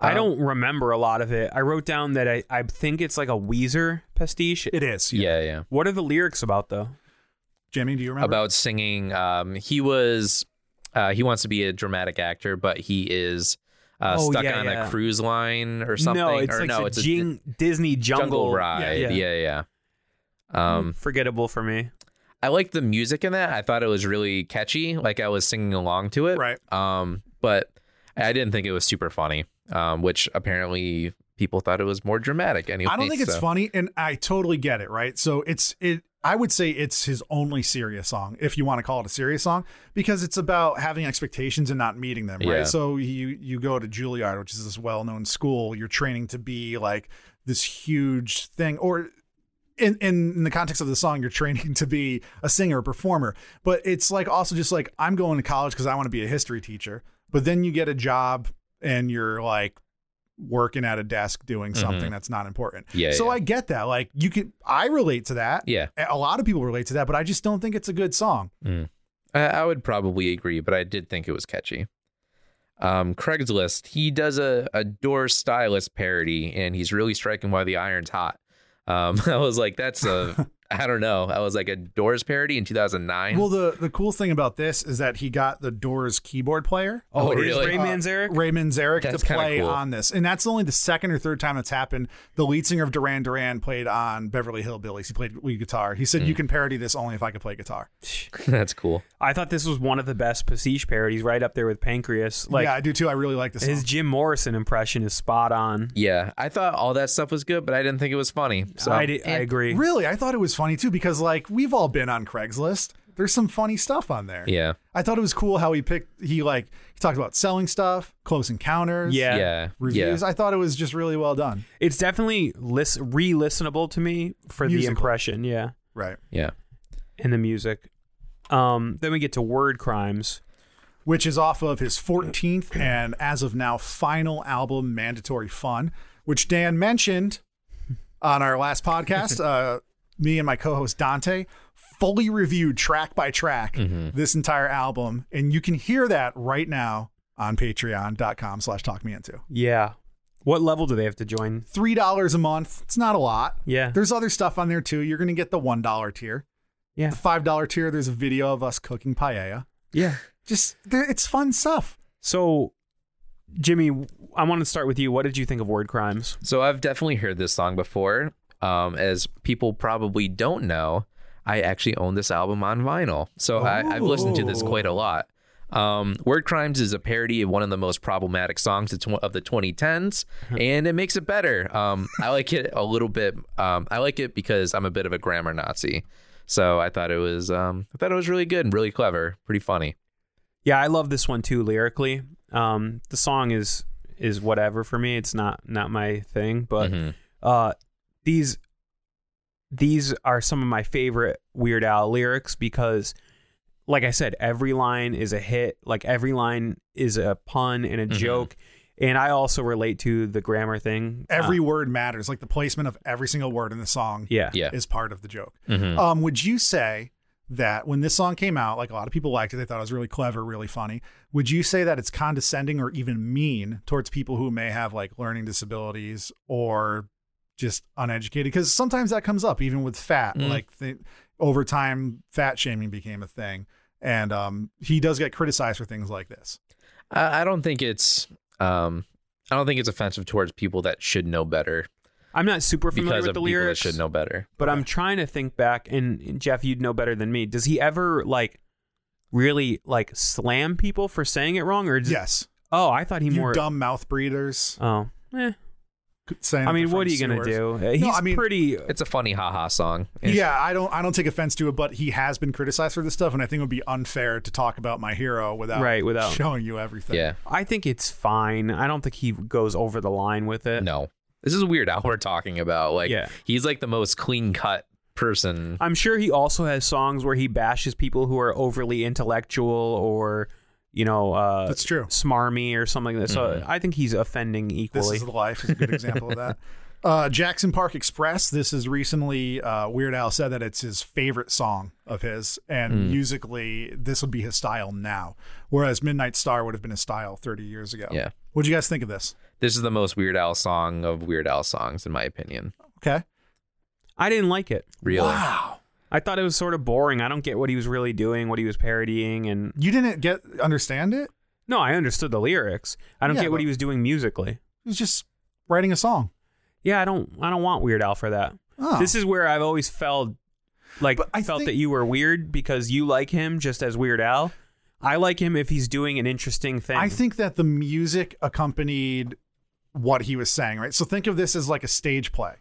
S4: uh,
S5: I don't remember a lot of it. I wrote down that I, I think it's like a Weezer pastiche.
S4: It is.
S3: yeah, yeah.
S5: What are the lyrics about though?
S4: Jimmy, do you remember?
S3: about singing. Um, he was uh, he wants to be a dramatic actor, but he is uh,
S5: Oh,
S3: stuck
S5: yeah,
S3: on
S5: yeah.
S3: a cruise line or something.
S5: No, it's
S3: or
S5: like
S3: no,
S5: the
S3: it's a
S5: Jing- Disney
S3: jungle,
S5: jungle,
S3: ride. Yeah,
S5: Yeah.
S3: yeah. Um,
S5: Forgettable for me.
S3: I liked the music in that. I thought it was really catchy. Like I was singing along to it.
S4: Right.
S3: Um, but I didn't think it was super funny. Um, which apparently people thought it was more dramatic. Anyway,
S4: I don't think it's
S3: so-
S4: funny, and I totally get it. Right, so it's it. I would say it's his only serious song, if you want to call it a serious song, because it's about having expectations and not meeting them. Right,
S3: Yeah.
S4: so you you go to Juilliard, which is this well known school. You're training to be like this huge thing, or in, in in the context of the song, you're training to be a singer, a performer. But it's like also just like I'm going to college because I want to be a history teacher. But then you get a job and you're like working at a desk doing something that's not important.
S3: Mm-hmm. Yeah,
S4: So
S3: yeah.
S4: I get that. Like you can, I relate to that.
S3: Yeah.
S4: A lot of people relate to that, but I just don't think it's a good song.
S3: I, I would probably agree, but I did think it was catchy. Um, Craigslist, he does a, a door stylist parody and he's really striking while the iron's hot. Um, I was like, that's a, I don't know. I was like, a doors parody in 2009.
S4: Well, the the cool thing about this is that he got the Doors keyboard player. uh,
S3: oh,
S5: Here's
S3: really?
S5: Ray Manzarek.
S4: Raymond Zarek to
S3: That's kinda
S4: play
S3: cool.
S4: on this. And that's only the second or third time it's happened. The lead singer of Duran Duran played on Beverly Hillbillies. He played lead guitar. He
S3: Hmm.
S4: said, You can parody this only if I could play guitar.
S3: that's cool.
S5: I thought this was one of the best Prestige parodies, right up there with Pancreas. Like
S4: yeah, I do too. I really like this.
S5: his
S4: His,
S5: Jim Morrison impression is spot on.
S3: Yeah. I thought all that stuff was good, but I didn't think it was funny. So
S5: I, di- I
S3: and-
S5: agree.
S4: really, I thought it was funny too because, like, we've all been on Craigslist. There's some funny stuff on there.
S3: Yeah.
S4: I thought it was cool how he picked, he like, he talked about selling stuff, close encounters,
S5: Yeah.
S3: Yeah.
S4: reviews.
S3: Yeah.
S4: I thought it was just really well done.
S5: It's definitely lis- re-listenable to me for the
S4: Musically.
S5: impression, yeah,
S4: Right.
S3: Yeah.
S5: and the music. Um, then we get to Word Crimes.
S4: which is off of his 14th and as of now final album mandatory fun which dan mentioned on our last podcast uh, me and my co-host dante fully reviewed track by track
S5: Mm-hmm.
S4: this entire album and you can hear that right now on patreon.com slash talk me into
S5: Yeah. What level do they have to join?
S4: three dollars a month it's not a lot
S5: Yeah.
S4: there's other stuff on there too you're gonna get the one dollar tier
S5: Yeah.
S4: the five dollar tier there's a video of us cooking paella
S5: Yeah.
S4: just there- it's fun stuff
S5: So, Jimmy, I want to start with you. What did you think of Word Crimes?
S3: So I've definitely heard this song before. Um, as people probably don't know, I actually own this album on vinyl. So I, I've listened to this quite a lot. Um, Word Crimes is a parody of one of the most problematic songs of tw- of the 2010s, and it makes it better. Um, I like it a little bit. Um, I like it because I'm a bit of a grammar Nazi. So I thought it was, um, I thought it was really good and really clever, pretty funny.
S5: Yeah, I love this one too lyrically. Um, the song is is whatever for me. It's not not my thing, but
S3: Mhm.
S5: uh, these these are some of my favorite Weird Al lyrics because, like I said, every line is a hit. Like every line is a pun and a
S3: Mm-hmm.
S5: joke. And I also relate to the grammar thing.
S4: every
S5: Uh,
S4: word matters like the placement of every single word in the song
S5: yeah. Mm-hmm.
S3: Yeah.
S4: is part of the joke
S3: Mhm.
S4: um would you say that when this song came out like a lot of people liked it they thought it was really clever really funny would you say that it's condescending or even mean towards people who may have like learning disabilities or just uneducated because sometimes that comes up even with fat
S3: Mm.
S4: like th- over time fat shaming became a thing and um he does get criticized for things like this
S3: I, I don't think it's, um, I don't think it's offensive towards people that should know better.
S5: I'm not super familiar
S3: because
S5: with
S3: of
S5: the
S3: people
S5: lyrics.
S3: that should know better.
S5: But I'm trying to think back, and Jeff, you'd know better than me. Does he ever like really like slam people for saying it wrong, or does,
S4: yes
S5: Oh, I thought he
S4: you
S5: more.
S4: dumb mouth breeders
S5: Oh, eh.
S4: saying
S5: I
S4: that
S5: mean,
S4: they're
S5: what are
S4: from
S5: you gonna
S4: sewers.
S5: do? Uh,
S4: No,
S5: He's
S4: I mean-
S5: pretty.
S3: It's a funny haha song. It's-
S4: Yeah, I don't I don't take offense to it, but he has been criticized for this stuff, and I think it would be unfair to talk about my hero without
S5: Right, without-
S4: showing you everything.
S3: Yeah.
S5: I think it's fine. I don't think he goes over the line with it.
S3: No. This is weird how we're talking about. Like
S5: Yeah.
S3: he's like the most clean cut person.
S5: I'm sure he also has songs where he bashes people who are overly intellectual or, you know, uh,
S4: That's true.
S5: smarmy or something like that. So I think he's offending
S4: This
S5: equally.
S4: is the life is a good example of that. Uh, Jackson Park Express. This is recently uh, Weird Al said that it's his favorite song of his, and
S3: Hmm.
S4: musically, this would be his style now. Whereas Midnight Star would have been his style 30 years ago.
S3: Yeah.
S4: What do you guys think of this?
S3: This is the most Weird Al song of Weird Al songs, in my opinion.
S4: Okay.
S5: I didn't like it.
S3: Really.
S4: Wow.
S5: I thought it was sort of boring. I don't get what he was really doing, what he was parodying, and
S4: You didn't get understand it? It
S5: no, I understood the lyrics. I don't
S4: Yeah,
S5: get what
S4: but-
S5: he was doing musically.
S4: was just writing a song.
S5: Yeah, I don't. I don't want Weird Al for that.
S4: Oh.
S5: This is where I've always felt like
S4: But I
S5: felt
S4: think-
S5: that you were weird because you like him just as Weird Al. I like him if he's doing an interesting thing.
S4: I think that the music accompanied what he was saying, right? So think of this as like a stage play.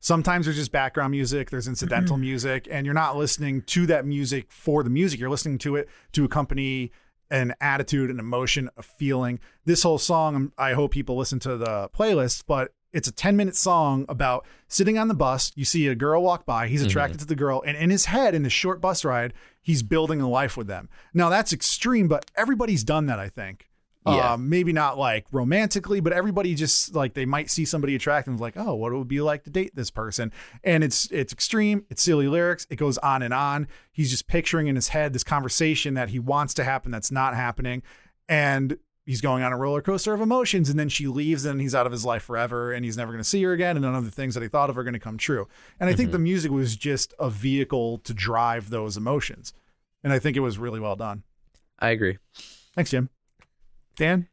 S4: Sometimes there's just background music, there's incidental music, and you're not listening to that music for the music. You're listening to it to accompany an attitude, an emotion, a feeling. This whole song, um, I hope people listen to the playlist, but it's a 10 minute song about sitting on the bus. You see a girl walk by, he's attracted to the girl, and in his head, in this short bus ride, he's building a life with them. Now, that's extreme, but everybody's done that, I think.
S3: Yeah.
S4: Um, maybe not like romantically, but everybody just like they might see somebody attractive and like, oh, what it would be like to date this person. And it's it's extreme, it's silly lyrics, it goes on and on. He's just picturing in his head this conversation that he wants to happen that's not happening. And he's going on a roller coaster of emotions, and then she leaves and he's out of his life forever and he's never gonna see her again, and none of the things that he thought of are gonna come true. And I think the music was just a vehicle to drive those emotions. And I think it was really well done.
S3: I agree.
S4: Thanks, Jim. Dan?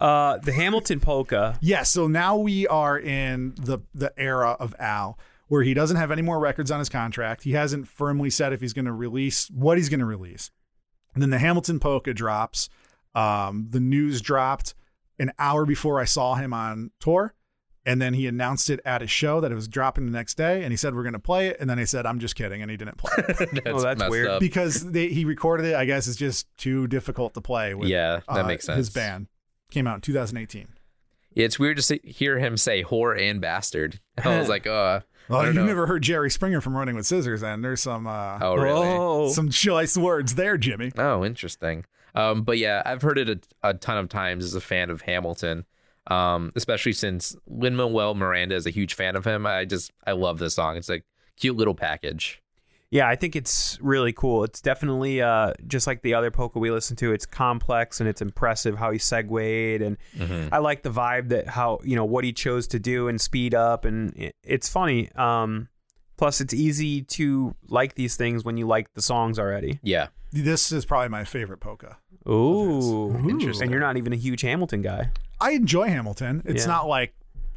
S5: Uh, the Hamilton polka.
S4: Yeah, so now we are in the the era of Al where he doesn't have any more records on his contract. He hasn't firmly said if he's going to release what he's going to release. And then the Hamilton polka drops. Um, the news dropped an hour before I saw him on tour. And then he announced it at his show that it was dropping the next day. And he said, We're going to play it. And then I said, I'm just kidding. And he didn't play it
S3: That's
S5: that's
S3: messed
S5: weird.
S3: up.
S4: because they, he recorded it. I guess it's just too difficult to play with uh,
S3: Yeah,
S5: uh,
S3: that makes
S4: his
S3: sense.
S4: band. Came out in 2018.
S3: Yeah, it's weird to see, hear him say whore and bastard. I was like, uh,
S5: Oh,
S4: Well,
S3: I
S4: you've
S3: don't know.
S4: never heard Jerry Springer from Running with Scissors, and there's some uh,
S3: oh, really?
S5: Oh,
S4: some choice words there, Jimmy.
S3: Oh, interesting. Um, but yeah, I've heard it a, a ton of times as a fan of Hamilton, um, especially since Lin Manuel Miranda is a huge fan of him. I just I love this song. It's a cute little package.
S5: Yeah, I think it's really cool. It's definitely uh, just like the other polka we listened to. It's complex and it's impressive how he segued, and
S3: Mm-hmm.
S5: I like the vibe that how you know what he chose to do and speed up, and it- it's funny. Um, plus, it's easy to like these things when you like the songs already.
S3: Yeah,
S4: This is probably my favorite polka.
S5: Ooh,
S3: Interesting.
S5: And you're not even a huge Hamilton guy.
S4: I enjoy Hamilton. It's
S5: Yeah.
S4: not like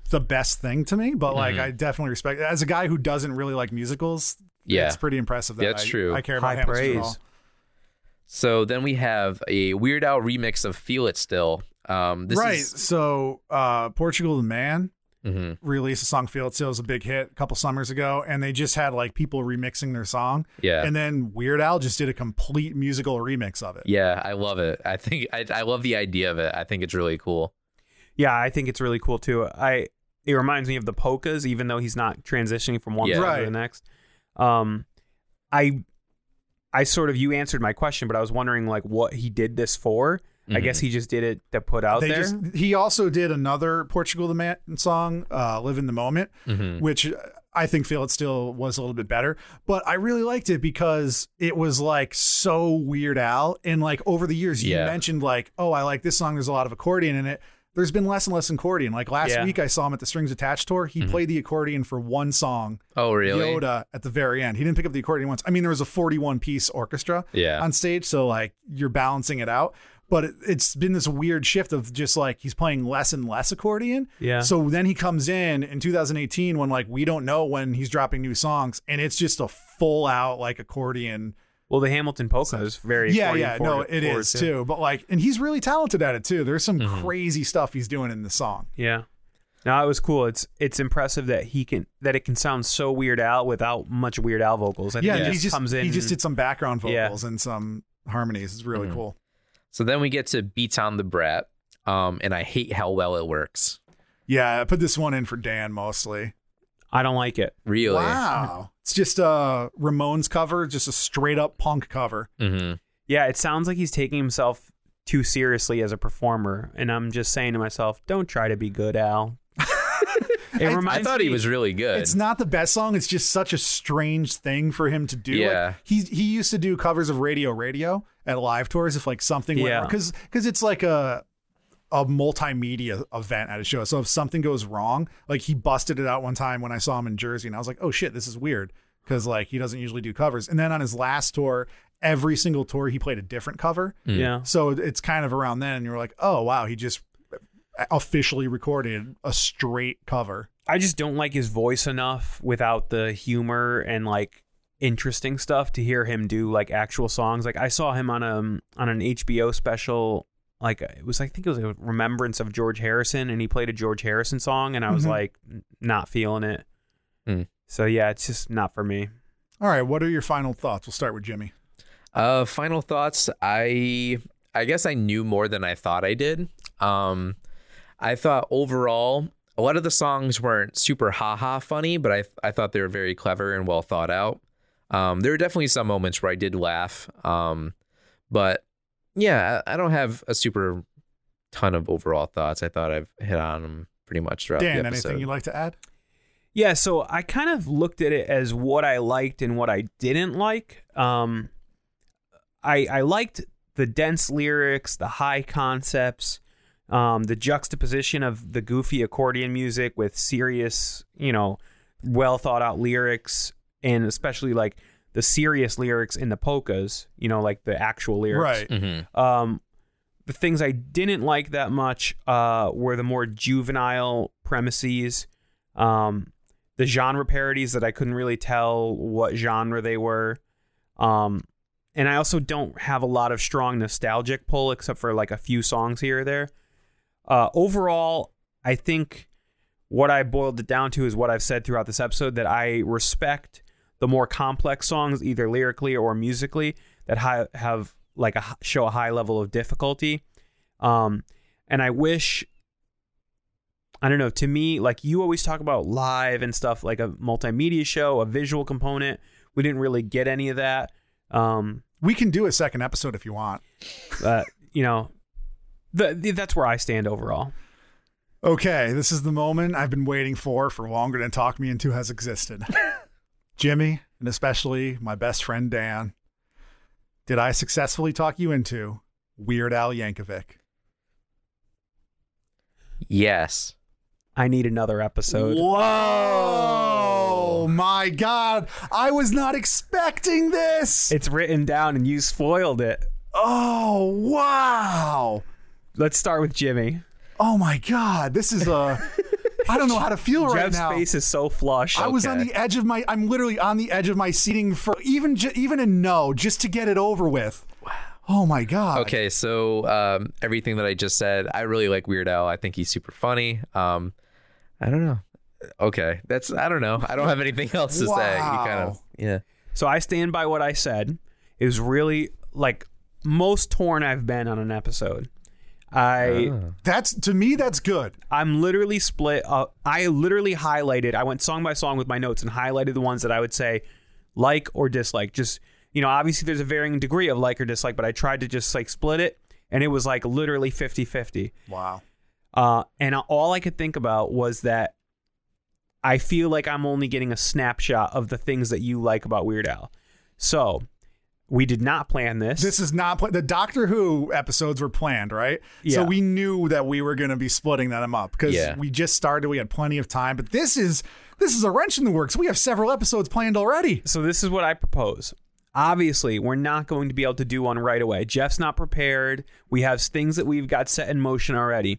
S4: the best thing to me, but
S3: Mm-hmm.
S4: like I definitely respect. As a guy who doesn't really like musicals,
S3: yeah.
S4: it's pretty impressive. That
S3: That's
S4: I,
S3: true.
S4: I care about
S5: High
S4: Hamilton at all.
S5: praise.
S3: so then we have a Weird Al remix of "Feel It Still." Um, this
S4: right.
S3: Is,
S4: So uh, Portugal the Man
S3: Mhm.
S4: released a song "Feel It Still" it was a big hit a couple summers ago, and they just had like people remixing their song.
S3: Yeah.
S4: And then Weird Al just did a complete musical remix of it.
S3: yeah, I love it. I think I, I love the idea of it. I think it's really cool.
S5: Yeah, I think it's really cool too. I it reminds me of the polkas, even though he's not transitioning from one
S3: Yeah.
S5: song to
S4: Right.
S5: the next. Um, I I sort of you answered my question, but I was wondering like what he did this for. I guess he just did it to put out
S4: Mm-hmm. They
S5: there.
S4: just he also did another Portugal the Man song, uh, "Live in the Moment,"
S5: Hmm.
S3: Mm-hmm.
S4: which uh, I think Feel It Still was a little bit better, but I really liked it because it was like so Weird Al, and like over the years you
S3: Yeah.
S4: mentioned like, oh, I like this song. There's a lot of accordion in it. There's been less and less accordion. Like last
S5: Yeah. Hmm.
S4: week, I saw him at the Strings Attached tour. He played the accordion for one song,
S3: Oh, really?
S4: Yoda at the very end. He didn't pick up the accordion once. I mean, there was a 41 piece orchestra
S3: Yeah.
S4: on stage, so like you're balancing it out. But it, it's been this weird shift of just like he's playing less and less accordion.
S5: Yeah.
S4: So then he comes in in 2018 when like we don't know when he's dropping new songs, and it's just a full out like accordion.
S5: well, the Hamilton polka is very
S4: yeah,
S5: forward-
S4: yeah, no,
S5: forward-
S4: it
S5: forward,
S4: is too. But like, and he's really talented at it too. There's some
S3: Mm-hmm.
S4: crazy stuff he's doing in the song.
S5: Yeah. No, it was cool. It's it's impressive that he can that it can sound so Weird Al without much Weird Al vocals. I think
S4: Yeah,
S5: he
S4: and he
S5: just
S4: just
S5: comes in.
S4: he just did some background
S5: Yeah.
S4: vocals and some harmonies. It's
S3: Mm-hmm.
S4: really cool.
S3: So then we get to "Beats on the Brat," um, and I hate how well it works.
S4: Yeah, I put this one in for Dan mostly.
S5: I don't like it.
S3: Really?
S4: Wow. It's just a Ramones cover, just a straight up punk cover.
S3: hmm
S5: Yeah, it sounds like he's taking himself too seriously as a performer, and I'm just saying to myself, don't try to be good, Al. it reminds
S3: I thought
S5: me,
S3: he was really good.
S4: It's not the best song. It's just such a strange thing for him to do.
S3: Yeah.
S4: Like, he he used to do covers of Radio Radio at live tours if like something went
S5: Yeah.
S4: because because it's like a a multimedia event at a show. So if something goes wrong, like he busted it out one time when I saw him in Jersey, and I was like, oh shit, this is weird because like he doesn't usually do covers. And then on his last tour, every single tour he played a different cover.
S5: yeah.
S4: So it's kind of around then, and you're like, oh wow, he just officially recorded a straight cover.
S5: I just don't like his voice enough without the humor and like interesting um, stuff to hear him do like actual songs. Like I saw him on a on an HBO special like it was I think it was a remembrance of George Harrison, and he played a George Harrison song, and I was like n- not feeling it.
S3: Mm-hmm. Mm.
S5: So yeah, it's just not for me.
S4: All right, what are your final thoughts? We'll start with Jimmy.
S3: Uh, final thoughts. I I guess I knew more than I thought I did. Um, I thought overall a lot of the songs weren't super ha ha funny, but I I thought they were very clever and well thought out. Um, there were definitely some moments where I did laugh. Um, but yeah, I, I don't have a super ton of overall thoughts. I thought I've hit on them pretty much throughout
S4: Dan,
S3: the episode.
S4: anything you'd like to add?
S5: Yeah, so I kind of looked at it as what I liked and what I didn't like. Um, I I liked the dense lyrics, the high concepts, um, the juxtaposition of the goofy accordion music with serious, you know, well thought out lyrics, and especially like the serious lyrics in the polkas, you know, like the actual lyrics.
S4: Right.
S3: Mhm.
S5: Um, the things I didn't like that much uh, were the more juvenile premises, um, the genre parodies that I couldn't really tell what genre they were. Um, and I also don't have a lot of strong nostalgic pull except for like a few songs here or there. Uh, overall, I think what I boiled it down to is what I've said throughout this episode that I respect the more complex songs, either lyrically or musically, that hi- have like a h- show a high level of difficulty. Um, and I wish, I don't know, to me, like you always talk about live and stuff, like a multimedia show, a visual component. We didn't really get any of that. Um,
S4: We can do a second episode if you want.
S5: but, you know, the, the, that's where I stand overall.
S4: Okay, this is the moment I've been waiting for for longer than Talk Me Into has existed. Jimmy, and especially my best friend Dan, did I successfully talk you into Weird Al Yankovic?
S3: Yes.
S5: I need another episode.
S4: Whoa! My God, I was not expecting this.
S5: It's written down and you spoiled it.
S4: oh wow!
S5: Let's start with Jimmy.
S4: Oh my God, this is a. I don't know how to feel right
S5: Jeff's
S4: now.
S5: face is so flush.
S4: I was on
S3: Okay.
S4: the edge of my. I'm literally on the edge of my seating for even ju- even a no, just to get it over with. Wow. Oh my god.
S3: Okay, so um, everything that I just said, I really like Weird Al. I think he's super funny. Um, I don't know. Okay, that's I don't know. I don't have anything else to say. You kind of
S4: Wow.
S3: yeah.
S5: So I stand by what I said. It was really like most torn I've been on an episode. I
S4: That's to me. That's good.
S5: I'm literally split. Uh, I literally highlighted. I went song by song with my notes and highlighted the ones that I would say like or dislike. Just you know, obviously there's a varying degree of like or dislike, but I tried to just like split it, and it was like literally 50-50.
S4: Wow.
S5: Uh, and all I could think about was that I feel like I'm only getting a snapshot of the things that you like about Weird Al. So we did not plan this.
S4: This is not pla- the Doctor Who episodes were planned, right? So
S5: Yeah.
S4: we knew that we were going to be splitting them up because
S3: Yeah.
S4: we just started. We had plenty of time, but this is this is a wrench in the works. We have several episodes planned already.
S5: so this is what I propose. Obviously, we're not going to be able to do one right away. Jeff's not prepared. We have things that we've got set in motion already.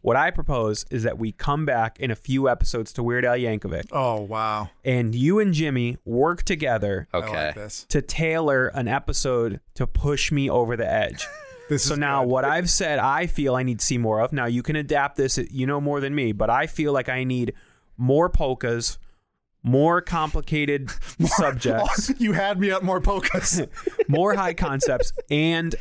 S5: What I propose is that we come back in a few episodes to Weird Al Yankovic,
S4: Oh wow.
S5: and you and Jimmy work together
S4: I
S3: Okay.
S4: like this.
S5: to tailor an episode to push me over the edge.
S4: This
S5: So
S4: is
S5: now,
S4: good.
S5: what I've said, I feel I need to see more of. Now, you can adapt this. You know more than me, but I feel like I need more polkas, more complicated subjects,
S4: you had me at more polkas.
S5: more high concepts, and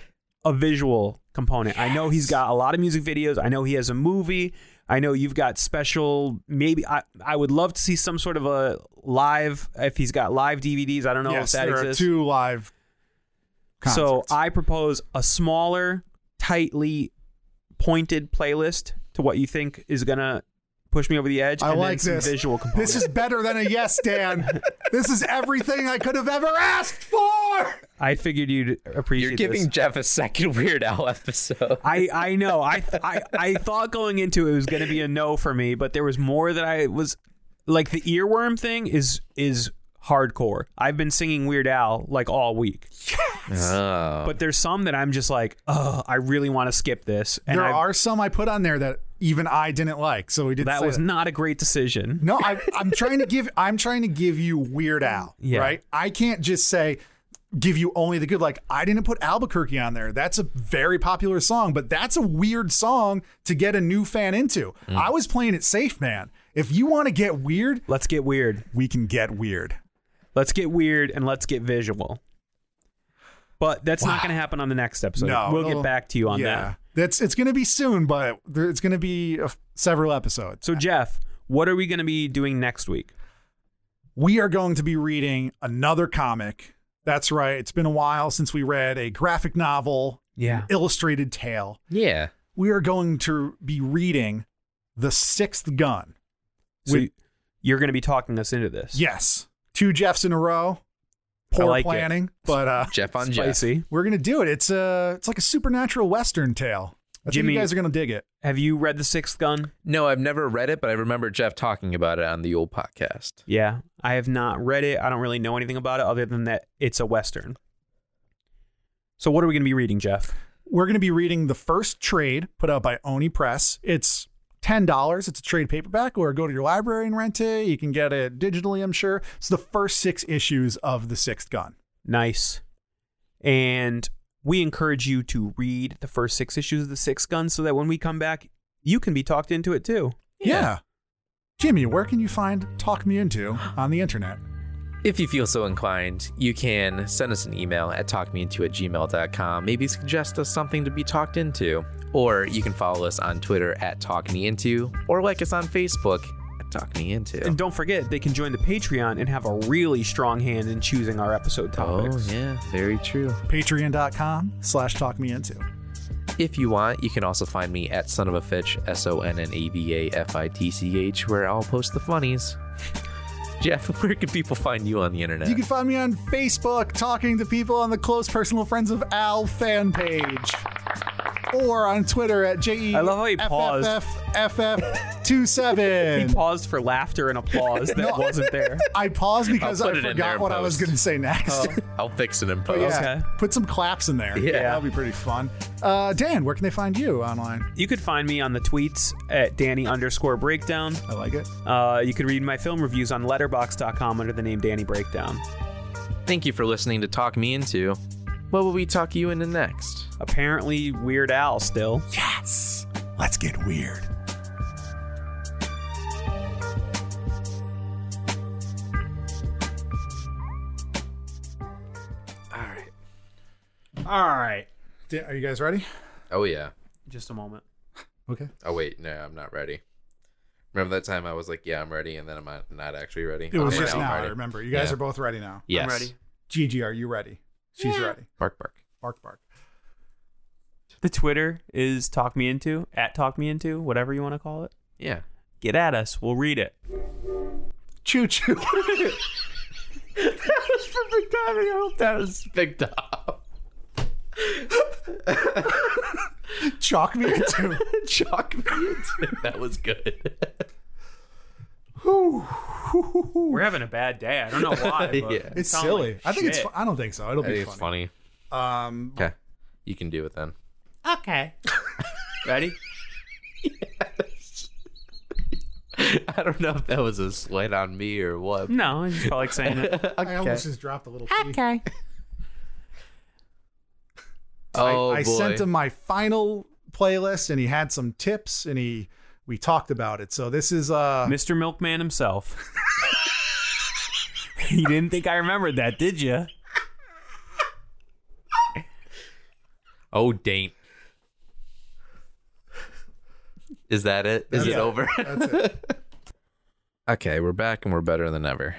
S5: a visual component. I know he's got a lot of music videos. I know he has a movie. I know you've got special. Maybe I, I would love to see some sort of a live. If he's got live DVDs, I don't know
S4: yes,
S5: if that
S4: there
S5: exists.
S4: are two live.
S5: So
S4: concerts.
S5: I propose a smaller, tightly pointed playlist to what you think is gonna push me over the edge.
S4: I
S5: and
S4: like
S5: then some
S4: this.
S5: visual component.
S4: This is better than a yes, Dan. this is everything I could have ever asked for.
S5: I figured you'd appreciate.
S3: You're giving
S5: This.
S3: Jeff a second Weird Al episode.
S5: I, I know I, I I thought going into it was gonna be a no for me, but there was more that I was like the earworm thing is is hardcore. I've been singing Weird Al like all week,
S3: oh.
S5: but there's some that I'm just like, oh, I really want to skip this, and
S4: there
S5: I,
S4: are some I put on there that even I didn't like. So we did.
S5: that
S4: say
S5: was not a great decision.
S4: No, I, I'm trying to give. I'm trying to give you Weird Al.
S5: Yeah.
S4: Right. I can't just say give you only the good. Like I didn't put Albuquerque on there. That's a very popular song, but that's a weird song to get a new fan into.
S5: Mm.
S4: I was playing it safe, man. If you want to get weird,
S5: Let's get weird.
S4: we can get weird.
S5: Let's get weird and let's get visual. But that's not going to happen on the next episode.
S4: No.
S5: we'll get back to you on
S4: yeah,
S5: that.
S4: that's it's gonna be soon, but there, it's gonna be a f- several episodes.
S5: So Jeff, what are we going to be doing next week?
S4: we are going to be reading another comic. That's right. It's been a while since we read a graphic novel,
S5: Yeah.
S4: illustrated tale.
S3: Yeah.
S4: We are going to be reading The Sixth Gun.
S5: So
S4: We-
S5: you're going to be talking us into this.
S4: Yes. Two Jeffs in a row. Poor
S5: like it.
S4: planning, but uh
S3: Jeff on Jeff.
S5: Spicy.
S4: we're going to do it. It's a it's like a supernatural western tale. I think
S5: Jimmy-
S4: you guys are going to dig it.
S5: Have you read The Sixth Gun?
S3: No, I've never read it, but I remember Jeff talking about it on the old podcast.
S5: Yeah. I have not read it. I don't really know anything about it other than that it's a Western. So what are we going to be reading, Jeff?
S4: We're going to be reading the first trade put out by Oni Press. It's $10. It's a trade paperback, or go to your library and rent it. You can get it digitally, I'm sure. It's the first six issues of The Sixth Gun.
S5: Nice. And we encourage you to read the first six issues of The Sixth Gun so that when we come back, you can be talked into it too.
S4: Yeah. Jimmy, where can you find Talk Me Into on the internet?
S3: If you feel so inclined, you can send us an email at talkmeinto at gmail.com. Maybe suggest us something to be talked into. Or you can follow us on Twitter at talkmeinto or like us on Facebook at talkmeinto.
S5: And don't forget, they can join the Patreon and have a really strong hand in choosing our episode
S3: Oh,
S5: topics.
S3: yeah, very true.
S4: Patreon.com slash Talk Me Into.
S3: If you want, you can also find me at Son of a Fitch, S O N N A V A F I T C H, where I'll post the funnies. Jeff, where can people find you on the internet?
S4: You can find me on Facebook talking to people on the close personal friends of Al fan page. Or on Twitter at J E
S5: I love how he paused.
S4: FFFF27.
S5: He paused for laughter and applause that wasn't there.
S4: I paused because
S3: I'll put it
S4: I
S3: in there
S4: forgot
S3: and
S4: what I was
S3: post.
S4: going to say next.
S3: I'll fix it in
S4: But
S3: post.
S4: yeah,
S5: Okay.
S4: put some claps in there.
S3: Yeah.
S4: that'd be pretty fun. Uh, Dan, where can they find you online?
S5: You could find me on the tweets at Danny underscore breakdown.
S4: I like it.
S5: Uh, you can read my film reviews on letterbox.com under the name Danny Breakdown.
S3: Thank you for listening to Talk Me Into. What will we talk you into next?
S5: Apparently, Weird Al still.
S4: Yes, let's get weird.
S6: All right.
S4: Dan, are you guys ready?
S3: Oh, yeah.
S5: Just a moment.
S4: Okay.
S3: Oh, wait. No, I'm not ready. Remember that time I was like, yeah, I'm ready, and then I'm not, not actually ready?
S4: It was
S3: Okay,
S4: just
S3: I'm
S4: now. I
S3: ready.
S4: remember. You guys
S3: Yeah.
S4: are both ready now.
S3: Yes.
S6: ready.
S4: Gigi, are you ready? She's ready.
S3: Bark, bark.
S4: Bark, bark.
S6: The Twitter is talk me into at talk me into whatever you want to call it.
S3: Yeah.
S6: Get at us. We'll read it.
S4: Choo choo.
S3: I hope that was picked up.
S4: Chalk me into.
S3: Chalk me into. That was good.
S6: We're having a bad day. I don't know why. But
S3: Yeah.
S6: it
S4: It's
S6: sounds
S4: silly.
S6: like
S4: I think it's.
S6: shit.
S4: Fu- I don't think so. It'll
S3: I think
S4: be
S3: it's
S4: funny.
S3: funny.
S4: Um,
S3: Okay. You can do it then.
S6: Okay. Ready?
S3: I don't know if that was a slight on me or what.
S6: No, I just felt like saying it.
S4: I almost just dropped a little.
S6: Ah.
S4: pee.
S3: Oh,
S4: I, I
S3: boy.
S4: sent him my final playlist, and he had some tips, and he we talked about it. So this is uh,
S6: Mr. Milkman himself. you didn't think I remembered that, did you?
S3: Oh, daint. Is that it? Is it
S4: it.
S3: over?
S4: that's it.
S3: okay, we're back and we're better than ever.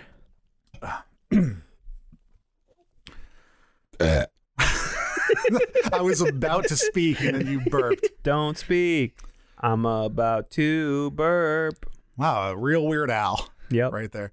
S4: I was about to speak, and then you burped.
S5: Don't speak. I'm about to burp.
S4: Wow, a real weird owl
S5: Yep.
S4: right there.